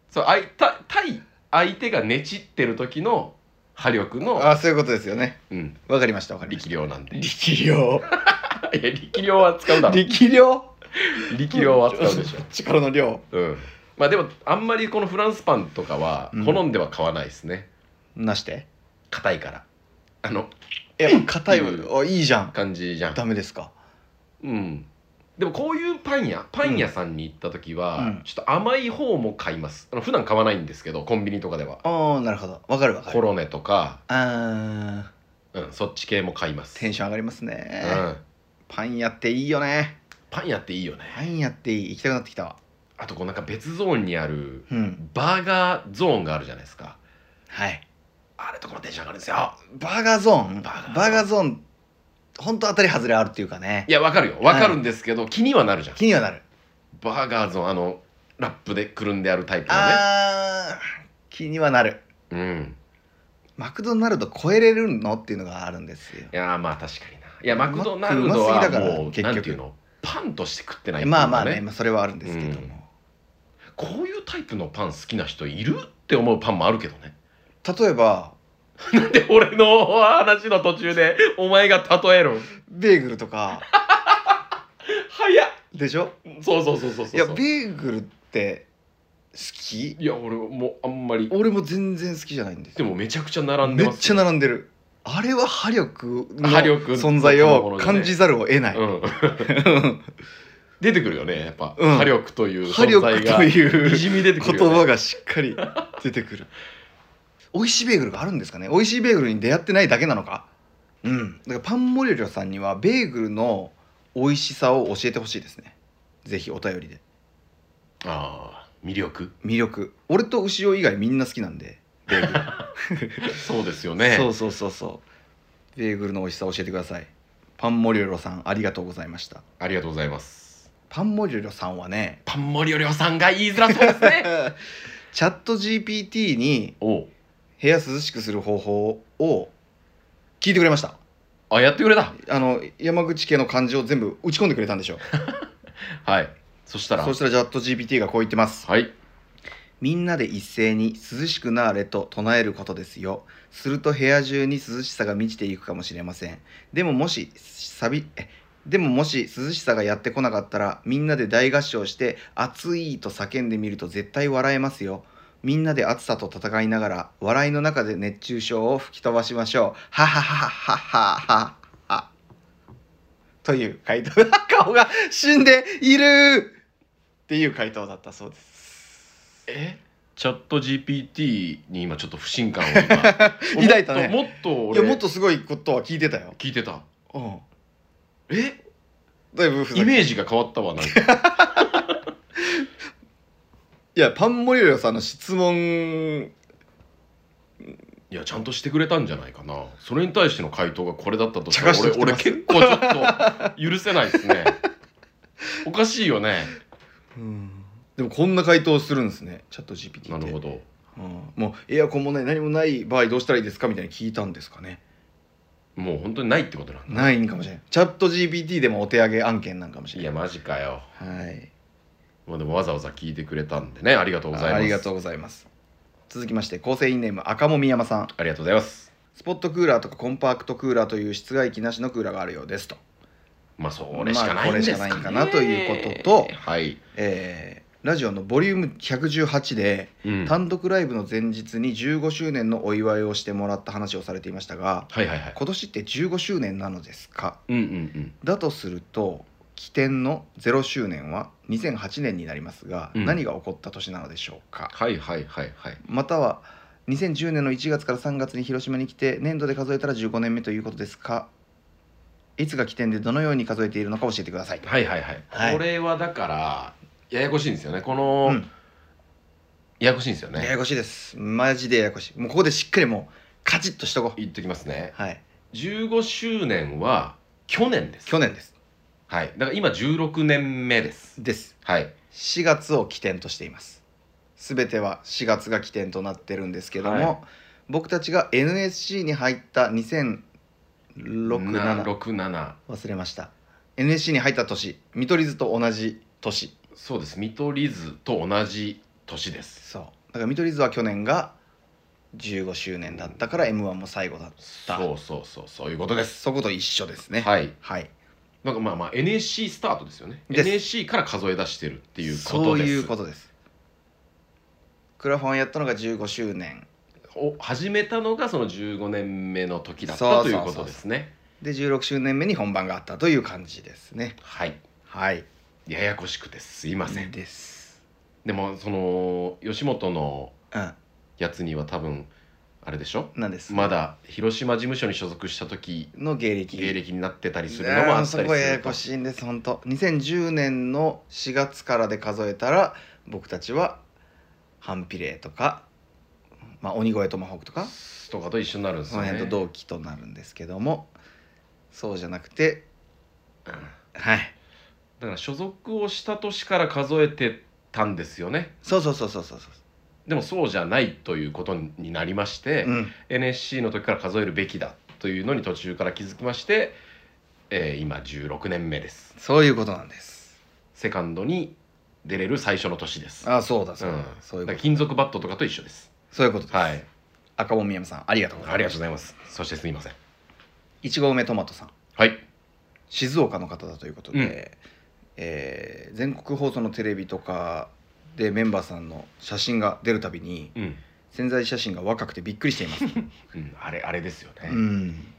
[SPEAKER 1] そうあいた対相手がねちってる時の破力の、
[SPEAKER 2] あーそういうことですよね
[SPEAKER 1] うん、
[SPEAKER 2] わかりましたわかりまし
[SPEAKER 1] 力量なん
[SPEAKER 2] た
[SPEAKER 1] でい
[SPEAKER 2] 力量
[SPEAKER 1] や力量は使うだろ
[SPEAKER 2] 力量
[SPEAKER 1] 力量は使うでしょ
[SPEAKER 2] 力の量
[SPEAKER 1] うんまあでもあんまりこのフランスパンとかは
[SPEAKER 2] うん
[SPEAKER 1] 好んでは買わないですね
[SPEAKER 2] なして
[SPEAKER 1] 硬、いからあの
[SPEAKER 2] え硬い
[SPEAKER 1] うん
[SPEAKER 2] あいいじゃん
[SPEAKER 1] 感じじゃん
[SPEAKER 2] ダメですか
[SPEAKER 1] うんでもこういうパン屋パン屋さんに行った時は、
[SPEAKER 2] うん
[SPEAKER 1] ちょっと甘い方も買いますあの普段買わないんですけどコンビニとかでは
[SPEAKER 2] ああなるほどわかるわか
[SPEAKER 1] コ
[SPEAKER 2] る
[SPEAKER 1] ロネとか、
[SPEAKER 2] あー
[SPEAKER 1] うん、そっち系も買います
[SPEAKER 2] テンション上がります
[SPEAKER 1] う
[SPEAKER 2] ね、
[SPEAKER 1] ん、
[SPEAKER 2] パン屋っていいよね
[SPEAKER 1] パン屋っていいよね
[SPEAKER 2] パン屋っていい行きたくなってきたわ
[SPEAKER 1] あとこうなんか別ゾーンにある
[SPEAKER 2] うん
[SPEAKER 1] バーガーゾーンがあるじゃないですか
[SPEAKER 2] はい
[SPEAKER 1] あれとかもテンション上がるんですよ
[SPEAKER 2] バーガーゾーン
[SPEAKER 1] バ
[SPEAKER 2] バ
[SPEAKER 1] ーガーゾーン
[SPEAKER 2] ーガーゾーン本当当たり外れあるっていうかね
[SPEAKER 1] いやわかるよわかるんですけど、気にはなるじゃん
[SPEAKER 2] 気にはなる
[SPEAKER 1] バーガーゾーンあのラップでくるんであるタイプのね
[SPEAKER 2] あー気にはなる
[SPEAKER 1] うん
[SPEAKER 2] マクドナルド超えれるのっていうのがあるんですよ
[SPEAKER 1] いやーまあ確かにないやマクドナ
[SPEAKER 2] マッ
[SPEAKER 1] ル
[SPEAKER 2] クうま
[SPEAKER 1] ド
[SPEAKER 2] すぎ
[SPEAKER 1] は
[SPEAKER 2] だから
[SPEAKER 1] もう
[SPEAKER 2] 結局
[SPEAKER 1] なんていうのパンとして食ってないっていうの
[SPEAKER 2] まあ
[SPEAKER 1] が
[SPEAKER 2] まあね、まあ、それはあるんですけども、
[SPEAKER 1] こういうタイプのパン好きな人いるって思うパンもあるけどね
[SPEAKER 2] 例えば
[SPEAKER 1] なんで俺の話の途中でお前が例えるん
[SPEAKER 2] ベーグルとか
[SPEAKER 1] 早っ
[SPEAKER 2] でしょ
[SPEAKER 1] そうそうそうそうそうい
[SPEAKER 2] いやベーグルって好き
[SPEAKER 1] いや俺もうあんまり
[SPEAKER 2] 俺も全然好きじゃないんです
[SPEAKER 1] で
[SPEAKER 2] よ
[SPEAKER 1] もめちゃくちゃ並んで
[SPEAKER 2] め
[SPEAKER 1] ま
[SPEAKER 2] っ
[SPEAKER 1] す
[SPEAKER 2] ちゃ並んでるあれは破力の
[SPEAKER 1] 破力の
[SPEAKER 2] 存在を感じざるを得ない、
[SPEAKER 1] うん、 出てくるよねやっぱ、
[SPEAKER 2] うん
[SPEAKER 1] 火力という
[SPEAKER 2] 破
[SPEAKER 1] 存
[SPEAKER 2] 力
[SPEAKER 1] 在が
[SPEAKER 2] という
[SPEAKER 1] にじみ出てくる
[SPEAKER 2] 言
[SPEAKER 1] よ、ね、
[SPEAKER 2] 葉がしっかり出てくる美味しいベーグルがあるんですかね美味しいベーグルに出会ってないだけなのかうんだからパンモリョリョさんにはベーグルの美味しさを教えてほしいですねぜひお便りで
[SPEAKER 1] ああ魅力
[SPEAKER 2] 魅力俺と牛尾以外みんな好きなんでベーグル
[SPEAKER 1] そうですよね
[SPEAKER 2] そうそうそうそうベーグルの美味しさ教えてくださいパンモリョロさんありがとうございました
[SPEAKER 1] ありがとうございます
[SPEAKER 2] パンモリョロさんはね
[SPEAKER 1] パンモリオリオさんが言いづらそうです ね
[SPEAKER 2] チャット GPT に
[SPEAKER 1] おう
[SPEAKER 2] 部屋涼しくする方法を聞いてくれました
[SPEAKER 1] あやってくれた
[SPEAKER 2] あの山口家の漢字を全部打ち込んでくれたんでしょ
[SPEAKER 1] はいそしたら
[SPEAKER 2] そしたらチャット GPT がこう言ってます
[SPEAKER 1] はい
[SPEAKER 2] みんなで一斉に涼しくなれと唱えることですよ。すると部屋中に涼しさが満ちていくかもしれません。でももし、さび、えでももし涼しさがやってこなかったら、みんなで大合唱して、暑いと叫んでみると絶対笑えますよ。みんなで暑さと戦いながら、笑いの中で熱中症を吹き飛ばしましょう。ははははははは。という回答 顔が死んでいるっていう回答だったそうです。
[SPEAKER 1] えチャット GPT に今ちょっと不信感を今
[SPEAKER 2] 抱いたね
[SPEAKER 1] もっともっ
[SPEAKER 2] い
[SPEAKER 1] と
[SPEAKER 2] やもっ
[SPEAKER 1] 俺
[SPEAKER 2] とすごいことは聞いてたよ、
[SPEAKER 1] 聞いてた
[SPEAKER 2] うん、
[SPEAKER 1] え
[SPEAKER 2] だいぶふざけ
[SPEAKER 1] イメージが変わったわなん か
[SPEAKER 2] いやパンモリオリオさんの質問
[SPEAKER 1] いやちゃんとしてくれたんじゃないかなそれに対しての回答がこれだったとしたら
[SPEAKER 2] 茶化して
[SPEAKER 1] 俺
[SPEAKER 2] きて
[SPEAKER 1] 俺
[SPEAKER 2] ます
[SPEAKER 1] 結構ちょっと許せないです ねおかしいよね
[SPEAKER 2] でもこんな回答するんですねチャット GPT って
[SPEAKER 1] なるほど
[SPEAKER 2] うんもうエアコンもない何もない場合どうしたらいいですかみたいに聞いたんですかね
[SPEAKER 1] もう本当にないってことなんだ
[SPEAKER 2] ないんかもしれないチャット GPT でもお手上げ案件なんかもし
[SPEAKER 1] い
[SPEAKER 2] れ
[SPEAKER 1] や
[SPEAKER 2] ない
[SPEAKER 1] マジかよ
[SPEAKER 2] はい
[SPEAKER 1] まあでもわざわざ聞いてくれたんでねありがとうございます
[SPEAKER 2] ありがとうございます続きまして構成員ネーム赤もみ山さん
[SPEAKER 1] ありがとうございます
[SPEAKER 2] スポットクーラーとかコンパクトクーラーという室外機なしのクーラーがあるようですと
[SPEAKER 1] まあそれしかないんですかね、
[SPEAKER 2] まあこれしかないかなということと
[SPEAKER 1] はい、
[SPEAKER 2] えーラジオのボリューム118で
[SPEAKER 1] うんはい
[SPEAKER 2] 単独ライブの前日に15周年のお祝いをしてもらった話をされていましたが
[SPEAKER 1] はいはい
[SPEAKER 2] 今年って15周年なのですか
[SPEAKER 1] うんうんうん
[SPEAKER 2] だとすると起点の0周年は2008年になりますが、
[SPEAKER 1] うん
[SPEAKER 2] 何が起こった年なのでしょうか
[SPEAKER 1] はいはいはいはい
[SPEAKER 2] または2010年の1月から3月に広島に来て年度で数えたら15年目ということですかいつが起点でどのように数えているのか教えてください。
[SPEAKER 1] はいはいはい、
[SPEAKER 2] はい
[SPEAKER 1] これはだからややこしいんですよねこ
[SPEAKER 2] う
[SPEAKER 1] の、
[SPEAKER 2] ん
[SPEAKER 1] ややこしいんですよ
[SPEAKER 2] や
[SPEAKER 1] ね
[SPEAKER 2] やこしいですマジでややこしいもうここでしっかりもうカチッとしとこう
[SPEAKER 1] 言っときますね
[SPEAKER 2] はい
[SPEAKER 1] 15周年は去年です
[SPEAKER 2] 去年です
[SPEAKER 1] はいだから今16年目です
[SPEAKER 2] です
[SPEAKER 1] はい
[SPEAKER 2] 4月を起点としています全ては4月が起点となってるんですけども、
[SPEAKER 1] はい
[SPEAKER 2] 僕たちが NSC に入った
[SPEAKER 1] な
[SPEAKER 2] 2067
[SPEAKER 1] 67
[SPEAKER 2] 忘れました NSC に入った年見取り図と同じ年
[SPEAKER 1] そうです見取り図と同じ年です
[SPEAKER 2] そうだから見取り図は去年が15周年だったから m 1も最後だった
[SPEAKER 1] そうそうそうそういうことです
[SPEAKER 2] そこと一緒ですね
[SPEAKER 1] はい
[SPEAKER 2] はい、
[SPEAKER 1] なんかまあまあ NSC スタートですよね
[SPEAKER 2] です
[SPEAKER 1] NSC から数え出してるっていうこ
[SPEAKER 2] そ
[SPEAKER 1] と
[SPEAKER 2] う
[SPEAKER 1] です
[SPEAKER 2] いうことですクラファンやったのが15周年
[SPEAKER 1] を始めたのがその15年目の時だっ
[SPEAKER 2] そ
[SPEAKER 1] た
[SPEAKER 2] う
[SPEAKER 1] と
[SPEAKER 2] そう
[SPEAKER 1] い
[SPEAKER 2] そう
[SPEAKER 1] う
[SPEAKER 2] そう
[SPEAKER 1] ことですね
[SPEAKER 2] で16周年目に本番があったという感じですね
[SPEAKER 1] はい
[SPEAKER 2] はい
[SPEAKER 1] ややこしくてすいません、
[SPEAKER 2] です
[SPEAKER 1] でもその吉本の
[SPEAKER 2] うん
[SPEAKER 1] やつには多分あれでしょ
[SPEAKER 2] なんです
[SPEAKER 1] まだ広島事務所に所属した時
[SPEAKER 2] の芸歴
[SPEAKER 1] 芸歴になってたりす
[SPEAKER 2] い
[SPEAKER 1] るのも
[SPEAKER 2] や
[SPEAKER 1] あ
[SPEAKER 2] ー
[SPEAKER 1] っ
[SPEAKER 2] そ
[SPEAKER 1] たり
[SPEAKER 2] こややこ
[SPEAKER 1] する
[SPEAKER 2] しいんです本当2010年の4月からで数えたら僕たちは反比例とか、まあ、鬼越トマホークとか
[SPEAKER 1] ととかと一緒になるんです
[SPEAKER 2] その
[SPEAKER 1] よね
[SPEAKER 2] 辺と同期となるんですけどもそうじゃなくて
[SPEAKER 1] うん
[SPEAKER 2] はい
[SPEAKER 1] だから所属をした年から数えてたんですよね
[SPEAKER 2] そうそうそうそうそうそ
[SPEAKER 1] でもそうじゃないということになりまして、
[SPEAKER 2] う、うん、
[SPEAKER 1] NSC の時から数えるべきだというのに途中から気づきまして、えー今16年目です
[SPEAKER 2] そういうことなんです
[SPEAKER 1] セカンドに出れる最初の年です
[SPEAKER 2] あそうだそううだ、
[SPEAKER 1] ん
[SPEAKER 2] そうい
[SPEAKER 1] だから
[SPEAKER 2] うこと
[SPEAKER 1] 金属バットとかと一緒です
[SPEAKER 2] そういうことです、
[SPEAKER 1] はい
[SPEAKER 2] 赤本みやまさんありがとうございます
[SPEAKER 1] ありがとうございますそしてすみません
[SPEAKER 2] いちご梅トマトさん
[SPEAKER 1] はい
[SPEAKER 2] 静岡の方だということで、
[SPEAKER 1] うん
[SPEAKER 2] えー全国放送のテレビとかでメンバーさんの写真が出るたびに
[SPEAKER 1] うん、
[SPEAKER 2] 潜在写真が若くてびっくりしています、
[SPEAKER 1] うん、あれあれですよね、
[SPEAKER 2] うん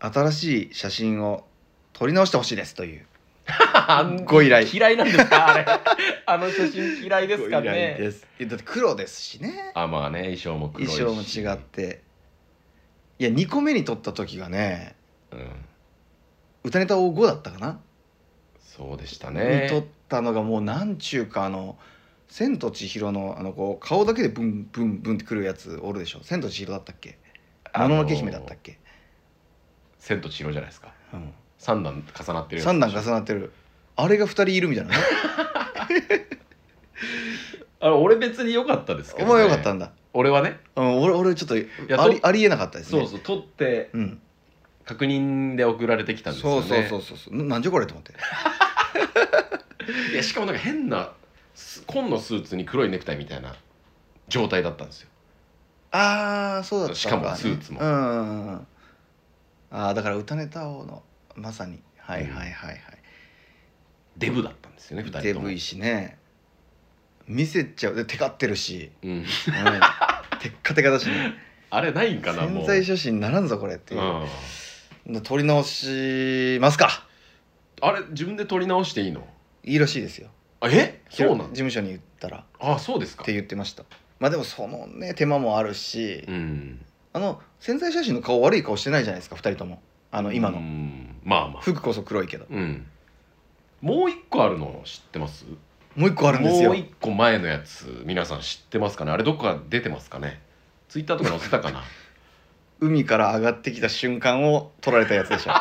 [SPEAKER 2] 新しい写真を撮り直してほしいですというご
[SPEAKER 1] ご
[SPEAKER 2] 依
[SPEAKER 1] 依
[SPEAKER 2] 頼
[SPEAKER 1] 頼嫌いなんですかあれ あの写真嫌いですか
[SPEAKER 2] ご依頼
[SPEAKER 1] ね
[SPEAKER 2] ですいやだって黒ですしね
[SPEAKER 1] あまあね衣装も黒い
[SPEAKER 2] 衣
[SPEAKER 1] し
[SPEAKER 2] 装も違っていや2個目に撮った時がね
[SPEAKER 1] うん、
[SPEAKER 2] 歌ネタ王5だったかな、
[SPEAKER 1] そうでした
[SPEAKER 2] に撮っ
[SPEAKER 1] ね
[SPEAKER 2] たのがもうなんちゅうかあの「千と千尋の」あのこう顔だけでブンブンブンってくるやつおるでしょ「千と千尋」だったっけ「もののけ姫」だったっ
[SPEAKER 1] け
[SPEAKER 2] け、
[SPEAKER 1] 千と千尋じゃないですか
[SPEAKER 2] うん、
[SPEAKER 1] 三段重なってるやつ
[SPEAKER 2] 3段重なってるあれが2人いるみたい なね
[SPEAKER 1] あれ俺別に良かったですけ
[SPEAKER 2] お
[SPEAKER 1] ど、
[SPEAKER 2] 前よかったんだ、
[SPEAKER 1] 俺はね
[SPEAKER 2] うん、俺俺ちょっと
[SPEAKER 1] や
[SPEAKER 2] あり
[SPEAKER 1] と
[SPEAKER 2] ありえなかったですね
[SPEAKER 1] そうそう取って
[SPEAKER 2] うん、
[SPEAKER 1] 確認で送られてきたんです
[SPEAKER 2] そ
[SPEAKER 1] よ
[SPEAKER 2] う
[SPEAKER 1] ね
[SPEAKER 2] そうそうそうそうななんじゃこれと思って
[SPEAKER 1] いやしかもなんか変なす紺のスーツに黒いネクタイみたいな状態だったんですよ
[SPEAKER 2] ああそうだったの
[SPEAKER 1] しかもスーツも
[SPEAKER 2] うんうんうんうんああだから歌ネタ王のまさにはいはいはいはい、
[SPEAKER 1] デブだったんですよね二人
[SPEAKER 2] デ
[SPEAKER 1] とも
[SPEAKER 2] ブいしね見せちゃうでテカってるし、
[SPEAKER 1] うん、
[SPEAKER 2] うん テッカテカだしね
[SPEAKER 1] あれないんかなもう
[SPEAKER 2] 潜在写真ならんぞこれっていうう、
[SPEAKER 1] ん
[SPEAKER 2] 撮り直しますか
[SPEAKER 1] あれ自分で撮り直していいの
[SPEAKER 2] いいらしいですよ
[SPEAKER 1] あえそうなん
[SPEAKER 2] 事務所に言ったらっ
[SPEAKER 1] あそうですか
[SPEAKER 2] て言ってましたまあでもそのね手間もあるし、
[SPEAKER 1] うん
[SPEAKER 2] あの潜在写真の顔悪い顔してないじゃないですか2人ともあの今の、
[SPEAKER 1] うんまあまあ
[SPEAKER 2] 服こそ黒いけど
[SPEAKER 1] うんもう一個あるの知ってます
[SPEAKER 2] もう一個あるんですよ
[SPEAKER 1] もう一個前のやつ皆さん知ってますかねあれどこか出てますかねツイッターとか載せたかな
[SPEAKER 2] 海から上がってきた瞬間を撮られたやつでしょ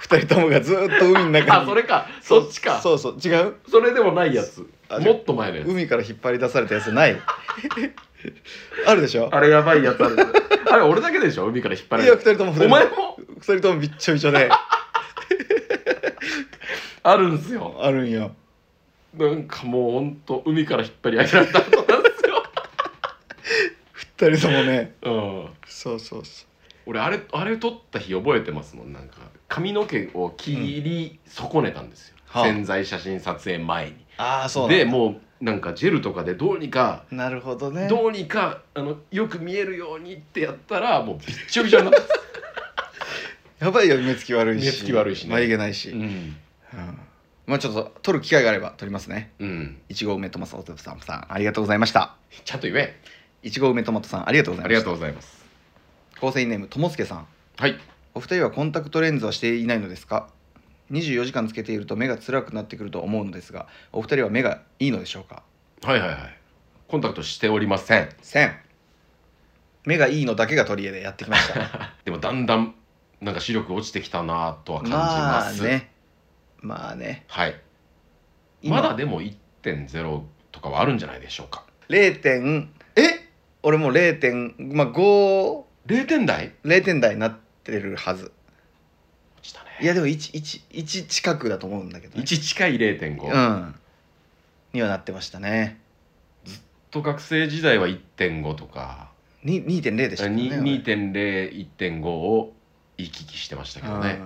[SPEAKER 2] 二人ともがずーっと海の
[SPEAKER 1] あ
[SPEAKER 2] 中に
[SPEAKER 1] それかそっちか
[SPEAKER 2] そうそう違う
[SPEAKER 1] それでもないやつ
[SPEAKER 2] あ
[SPEAKER 1] もっと前のやつ
[SPEAKER 2] 海から引っ張り出されたやつない あるでしょ
[SPEAKER 1] あれやばいやつあるあれ俺だけでしょ海から引っ張ら
[SPEAKER 2] い
[SPEAKER 1] れ
[SPEAKER 2] や二
[SPEAKER 1] る
[SPEAKER 2] 人とも
[SPEAKER 1] お前も
[SPEAKER 2] 二人ともびっちょびちょで
[SPEAKER 1] あるんすよ
[SPEAKER 2] あるんよ
[SPEAKER 1] なんかもうほんと海から引っ張り上げられた後なんですよ、
[SPEAKER 2] 二人ともね
[SPEAKER 1] うん、
[SPEAKER 2] そうそうそ
[SPEAKER 1] 俺あれあれ撮った日覚えてますもんなんか髪の毛を切り損ねたんですよ、
[SPEAKER 2] はあ
[SPEAKER 1] 潜在写真撮影前に
[SPEAKER 2] うああそう
[SPEAKER 1] でもうなんかジェルとかでどうにか
[SPEAKER 2] なるほどね
[SPEAKER 1] どうにかあのよく見えるようにってやったらもうびっちょびちょになってた、
[SPEAKER 2] やばいよ目つき悪いし
[SPEAKER 1] 目つき悪いしね
[SPEAKER 2] 眉毛ないし、
[SPEAKER 1] うん
[SPEAKER 2] うんまあちょっと撮る機会があれば撮りますね
[SPEAKER 1] うん、
[SPEAKER 2] いちご梅トマトさんさんありがとうございました
[SPEAKER 1] ちゃんと言え
[SPEAKER 2] いちご梅トマトさんありがとうござ
[SPEAKER 1] あ
[SPEAKER 2] い
[SPEAKER 1] りが
[SPEAKER 2] まし
[SPEAKER 1] と
[SPEAKER 2] た
[SPEAKER 1] うございます
[SPEAKER 2] 構成員ネームともすけさん
[SPEAKER 1] はい
[SPEAKER 2] お二人はコンタクトレンズはしていないのですか24時間つけていると目が辛くなってくると思うのですがお二人は目がいいのでしょうか
[SPEAKER 1] はいはいはいコンタクトしておりません
[SPEAKER 2] 1000目がいいのだけが取り柄でやってきました
[SPEAKER 1] でもだんだんなんか視力落ちてきたなとは 感じま
[SPEAKER 2] まあ
[SPEAKER 1] す、
[SPEAKER 2] ねまあね
[SPEAKER 1] はい
[SPEAKER 2] 今
[SPEAKER 1] まだでも1.0とかはあるんじゃないでしょうか
[SPEAKER 2] 0点
[SPEAKER 1] え
[SPEAKER 2] 俺もう0点まあ50
[SPEAKER 1] 0点台
[SPEAKER 2] 点台になってるは
[SPEAKER 1] 落
[SPEAKER 2] ず
[SPEAKER 1] ちた
[SPEAKER 2] い
[SPEAKER 1] ね
[SPEAKER 2] やでも 1, 1, 1近くだと思うんだけど、ね、
[SPEAKER 1] 1近い0.5、
[SPEAKER 2] うんにはなってましたね
[SPEAKER 1] と学生時代は1.5とか
[SPEAKER 2] に2.0でしたね
[SPEAKER 1] に
[SPEAKER 2] 俺
[SPEAKER 1] 2.01.5を行き来してましたけどね、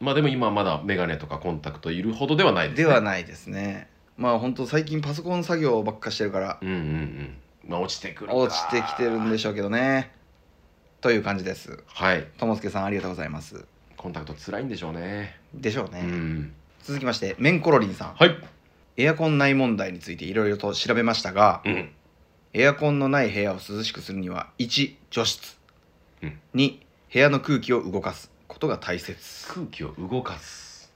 [SPEAKER 1] まあでも今まだ眼鏡とかコンタクトいるほどではない
[SPEAKER 2] うん
[SPEAKER 1] です、
[SPEAKER 2] で
[SPEAKER 1] ね、
[SPEAKER 2] は
[SPEAKER 1] な
[SPEAKER 2] ないですねまあ本当最近パソコン作業ばっかしてるから
[SPEAKER 1] うんうんうんまあ落ちてくるか
[SPEAKER 2] 落ちてきてるんでしょうけどねという感じです
[SPEAKER 1] はい
[SPEAKER 2] ともすけさんありがとうございます
[SPEAKER 1] コンタクトつらいんでしょうね
[SPEAKER 2] でしょう
[SPEAKER 1] う
[SPEAKER 2] ね、
[SPEAKER 1] ん
[SPEAKER 2] 続きましてメンコロリンさん
[SPEAKER 1] はい
[SPEAKER 2] エアコン内問題についていろいろと調べましたが
[SPEAKER 1] うん
[SPEAKER 2] エアコンのない部屋を涼しくするには1除湿、
[SPEAKER 1] うん
[SPEAKER 2] 2部屋の空気を動かすことが大切
[SPEAKER 1] 空気を動かす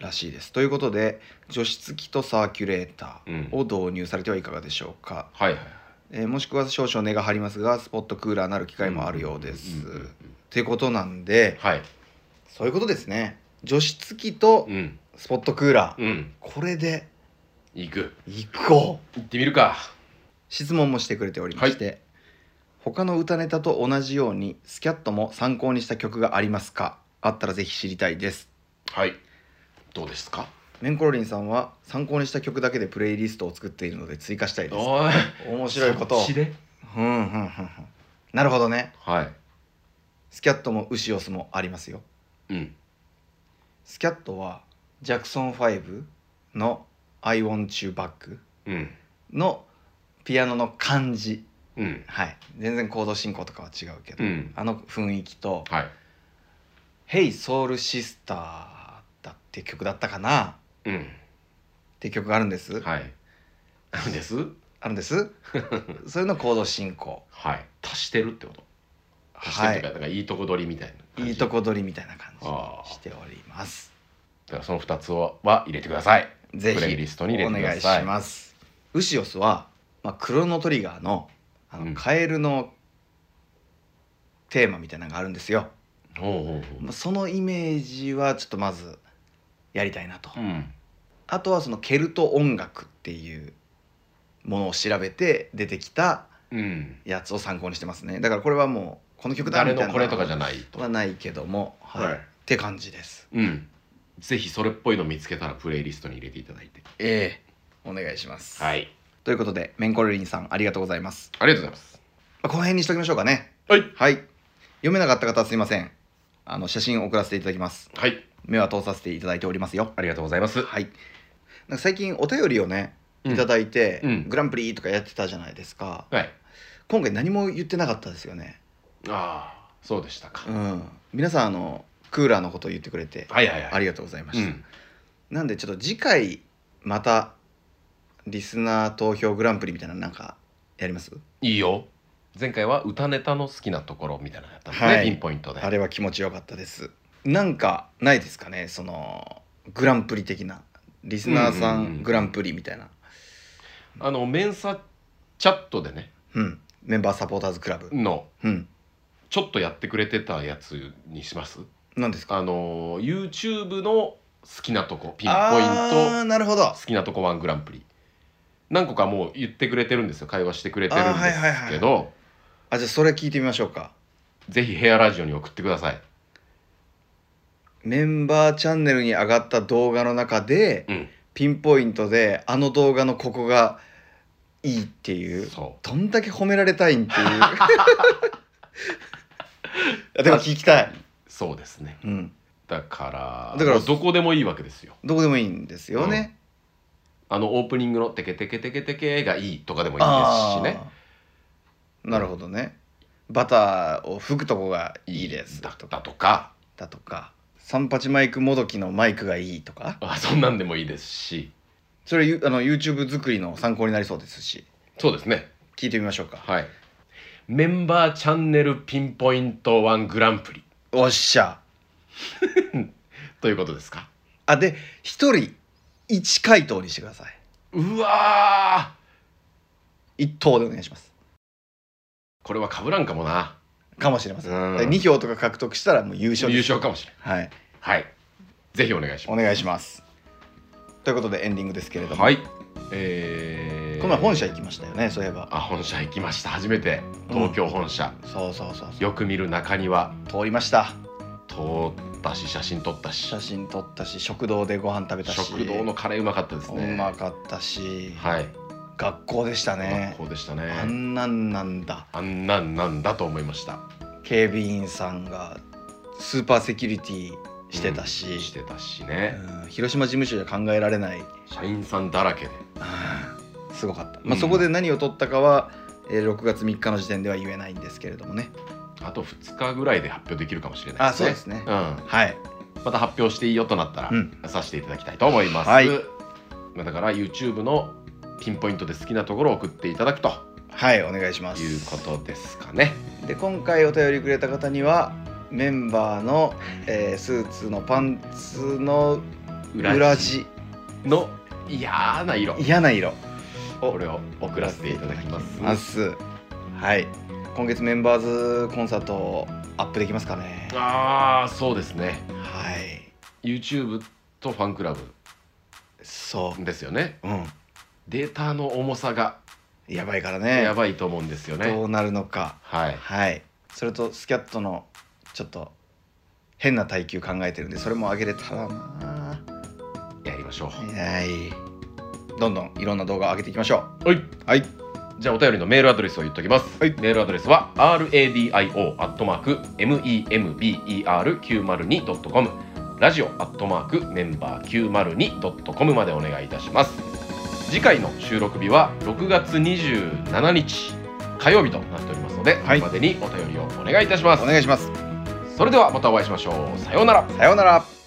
[SPEAKER 2] らしいですということで除湿器とサーキュレータ
[SPEAKER 1] うん
[SPEAKER 2] ーを導入されてはいかがでしょうか、
[SPEAKER 1] はいはい
[SPEAKER 2] えーもしくは少々値が張りますがスポットクーラーなる機会もあるようです、
[SPEAKER 1] んんうん
[SPEAKER 2] ってことなんで
[SPEAKER 1] はい
[SPEAKER 2] そういうことですね除湿器と
[SPEAKER 1] うん
[SPEAKER 2] スポットクーラー、
[SPEAKER 1] うん
[SPEAKER 2] これで
[SPEAKER 1] 行く
[SPEAKER 2] いこう
[SPEAKER 1] 行ってみるか
[SPEAKER 2] 質問もしてくれておりまして、他の歌ネタと同じようにスキャットも参考にした曲がありますかあったらぜひ知りたいです
[SPEAKER 1] はいどうですか
[SPEAKER 2] メンコロリンさんは参考にした曲だけでプレイリストを作っているので追加したいです
[SPEAKER 1] おい
[SPEAKER 2] 面白いことを
[SPEAKER 1] そっちで
[SPEAKER 2] うんうんうんうんなるほどね
[SPEAKER 1] はい
[SPEAKER 2] スキャットもウシオスもありますよ
[SPEAKER 1] うん
[SPEAKER 2] スキャットはジャクソン5の「I want you back
[SPEAKER 1] うん」
[SPEAKER 2] のピアノの感じ
[SPEAKER 1] うん
[SPEAKER 2] はい全然コード進行とかは違うけど、
[SPEAKER 1] うん
[SPEAKER 2] あの雰囲気と
[SPEAKER 1] はい
[SPEAKER 2] 「Hey Soul Sister」だって曲だったかな
[SPEAKER 1] うん
[SPEAKER 2] って曲があるんです、
[SPEAKER 1] はいなんです
[SPEAKER 2] あるんです それのコード進行
[SPEAKER 1] はい足してるってこと足してる
[SPEAKER 2] は
[SPEAKER 1] っていうか,、
[SPEAKER 2] い
[SPEAKER 1] なんかいいとこ取りみたいな感じ
[SPEAKER 2] いいとこ取りみたいな感じ
[SPEAKER 1] ああ
[SPEAKER 2] しております
[SPEAKER 1] だからその二つをは入れてください
[SPEAKER 2] ぜ
[SPEAKER 1] プレイリ
[SPEAKER 2] ひ
[SPEAKER 1] ストに入れ
[SPEAKER 2] お
[SPEAKER 1] てく
[SPEAKER 2] 願い
[SPEAKER 1] だ
[SPEAKER 2] し
[SPEAKER 1] さい
[SPEAKER 2] ますウシオスは、まあ、クロノトリガーのあの、
[SPEAKER 1] うん
[SPEAKER 2] カエルのテーマみたいなのがあるんですよ、
[SPEAKER 1] ほうほうほ
[SPEAKER 2] まあ、そのイメージはちょっとまずやりたいなと、
[SPEAKER 1] ううん
[SPEAKER 2] あとはそのケルト音楽っていうものを調べて出てきた
[SPEAKER 1] うん
[SPEAKER 2] やつを参考にしてますねだからこれはもうこの曲だみ
[SPEAKER 1] 誰
[SPEAKER 2] たいな
[SPEAKER 1] のこれとかじゃないと
[SPEAKER 2] はないけどもはい、
[SPEAKER 1] はい
[SPEAKER 2] って感じです
[SPEAKER 1] うんぜひそれっぽいの見つけたらプレイリストに入れていただいて
[SPEAKER 2] ええお願いします、
[SPEAKER 1] はい
[SPEAKER 2] ということでメンコルリンさんありがとうございます、
[SPEAKER 1] ありがとうございます
[SPEAKER 2] まあ、この辺にしときましょうかね
[SPEAKER 1] はい
[SPEAKER 2] はい読めなかった方はすいませんあの写真送らせていただきます
[SPEAKER 1] はい
[SPEAKER 2] 目は通させていただいておりますよ
[SPEAKER 1] ありがとうございます
[SPEAKER 2] はいなんか最近お便りをねいただいて、
[SPEAKER 1] うんうん
[SPEAKER 2] グランプリとかやってたじゃないですか
[SPEAKER 1] はい
[SPEAKER 2] 今回何も言ってなかったですよね
[SPEAKER 1] ああそうでしたか、
[SPEAKER 2] うん皆さんあのクーラーのことを言ってくれて
[SPEAKER 1] はいはいはい
[SPEAKER 2] ありがとうございました、
[SPEAKER 1] うん
[SPEAKER 2] なんでちょっと次回またリスナー投票グランプリみたいなのなんかやります、
[SPEAKER 1] いいよ前回は歌ネタの好きなところみたいなのやったのね、
[SPEAKER 2] はい
[SPEAKER 1] ピンポイントで
[SPEAKER 2] あれは気持ちよかったですなんかないですかねそのグランプリ的なリスナーさ
[SPEAKER 1] うんうんうん
[SPEAKER 2] んグランプリみたいな、
[SPEAKER 1] あのメンサチャットでね
[SPEAKER 2] うん、メンバーサポーターズクラブ
[SPEAKER 1] の
[SPEAKER 2] うん
[SPEAKER 1] ちょっとやってくれてたやつにします
[SPEAKER 2] 何ですか
[SPEAKER 1] あの YouTube の好きなとこピンポイ
[SPEAKER 2] あ
[SPEAKER 1] ン
[SPEAKER 2] ーなるほど
[SPEAKER 1] ト好きなとこワングランプリ何個かもう言ってくれてるんですよ会話してくれてるんですけど、
[SPEAKER 2] あーはいはいあじゃあそれ聞いてみましょうか
[SPEAKER 1] ぜひヘアラジオに送ってください
[SPEAKER 2] メンバーチャンネルに上がった動画の中で、
[SPEAKER 1] うん
[SPEAKER 2] ピンポイントであの動画のここがいいっていう
[SPEAKER 1] そう
[SPEAKER 2] どんだけ褒められたいんっていう いやでも聞きたい、
[SPEAKER 1] そうですね
[SPEAKER 2] うん、
[SPEAKER 1] だから
[SPEAKER 2] だから
[SPEAKER 1] もうどこでもいいわけですよ
[SPEAKER 2] どこでもいいんですよね、
[SPEAKER 1] あのオープニングの「テケテケテケテケ」がいいとかでもいいです
[SPEAKER 2] あ
[SPEAKER 1] し
[SPEAKER 2] あ
[SPEAKER 1] ね
[SPEAKER 2] ーなるほどねバターを吹くとこがいいです
[SPEAKER 1] だ
[SPEAKER 2] だとか
[SPEAKER 1] だとか
[SPEAKER 2] だとか三八マイクもどきのマイクがいいとか
[SPEAKER 1] あそんなんでもいいですし
[SPEAKER 2] それゆあの YouTube 作りの参考になりそうですし
[SPEAKER 1] そうですね
[SPEAKER 2] 聞いてみましょうか
[SPEAKER 1] はいメンバーチャンネルピンポイントワングランプリ
[SPEAKER 2] おっしゃ
[SPEAKER 1] ということですか
[SPEAKER 2] あで一人一回答にしてくださいう
[SPEAKER 1] わー
[SPEAKER 2] 一答でお願いします
[SPEAKER 1] これは被らんかもな
[SPEAKER 2] かもしれません、
[SPEAKER 1] うん
[SPEAKER 2] だから2票とか獲得したらもう優勝
[SPEAKER 1] 優
[SPEAKER 2] です
[SPEAKER 1] 勝かもしれん
[SPEAKER 2] はい
[SPEAKER 1] はいぜひお願いし
[SPEAKER 2] お
[SPEAKER 1] ま
[SPEAKER 2] 願いしますということでエンディングですけれど
[SPEAKER 1] す
[SPEAKER 2] も、
[SPEAKER 1] はいえー、
[SPEAKER 2] この前本社行きましたよねそういえば
[SPEAKER 1] あ本社行きました初めて
[SPEAKER 2] うん
[SPEAKER 1] 東京本社、
[SPEAKER 2] そうそうそうそう
[SPEAKER 1] よく見る中庭
[SPEAKER 2] 通りました
[SPEAKER 1] 通ったし写真撮ったし
[SPEAKER 2] 写真撮ったし食堂でご飯食べたし
[SPEAKER 1] 食堂のカレーうまかったですね
[SPEAKER 2] うまかったし、
[SPEAKER 1] はい、
[SPEAKER 2] 学校でしたね
[SPEAKER 1] 学校でした
[SPEAKER 2] あ
[SPEAKER 1] ね
[SPEAKER 2] んなんなんだ
[SPEAKER 1] あんなんなんだと思いました
[SPEAKER 2] 警備員さんがスーパーセキュリティしてたし、
[SPEAKER 1] うんしてたしね、
[SPEAKER 2] うん広島事務所じゃ考えられない
[SPEAKER 1] 社 員さんだらけです
[SPEAKER 2] ごかった、
[SPEAKER 1] う
[SPEAKER 2] まあ、
[SPEAKER 1] ん
[SPEAKER 2] そこで何を取ったかは、えー6月3日の時点では言えないんですけれどもね
[SPEAKER 1] あと2日ぐらいで発表できるかもしれない
[SPEAKER 2] あそうですね
[SPEAKER 1] うん、ま
[SPEAKER 2] はい
[SPEAKER 1] た発表していいよとなったら、
[SPEAKER 2] うん
[SPEAKER 1] させていただきたいと思います、
[SPEAKER 2] はい
[SPEAKER 1] まあだから YouTube のピンポイントで好きなところを送っていただくと
[SPEAKER 2] はいお願いします
[SPEAKER 1] いうことですかね
[SPEAKER 2] で今回お便りくれた方にはメンバーの、えースーツのパンツの裏地
[SPEAKER 1] の嫌な色
[SPEAKER 2] 嫌な色
[SPEAKER 1] これを送らせていただきます
[SPEAKER 2] ますはい今月メンバーズコンサートアップできますかね
[SPEAKER 1] ああそうですね
[SPEAKER 2] はい
[SPEAKER 1] YouTube とファンクラブ
[SPEAKER 2] そ
[SPEAKER 1] ですよね
[SPEAKER 2] ううん
[SPEAKER 1] データの重さが
[SPEAKER 2] やばいからね
[SPEAKER 1] やばいと思うんですよね、
[SPEAKER 2] どうなるのか
[SPEAKER 1] はい
[SPEAKER 2] はいそれとスキャットのちょっと変な耐久考えてるんでそれも上げれたらな
[SPEAKER 1] やりましょ
[SPEAKER 2] はいどんどんいろんな動画上げていきましょ
[SPEAKER 1] うはい、
[SPEAKER 2] はい、
[SPEAKER 1] じゃあお便りのメールアドレスを言っときます、
[SPEAKER 2] はい
[SPEAKER 1] メールアドレスは radio.member902.com ラジオアットマークメンバー 902.com までお願いいたします次回の収録日は6月27日火曜日となっておりますので、
[SPEAKER 2] はい
[SPEAKER 1] ここまでにお便りをお願いいたします
[SPEAKER 2] うお願いします
[SPEAKER 1] それではまたお会いしましょうさようなら
[SPEAKER 2] さようなら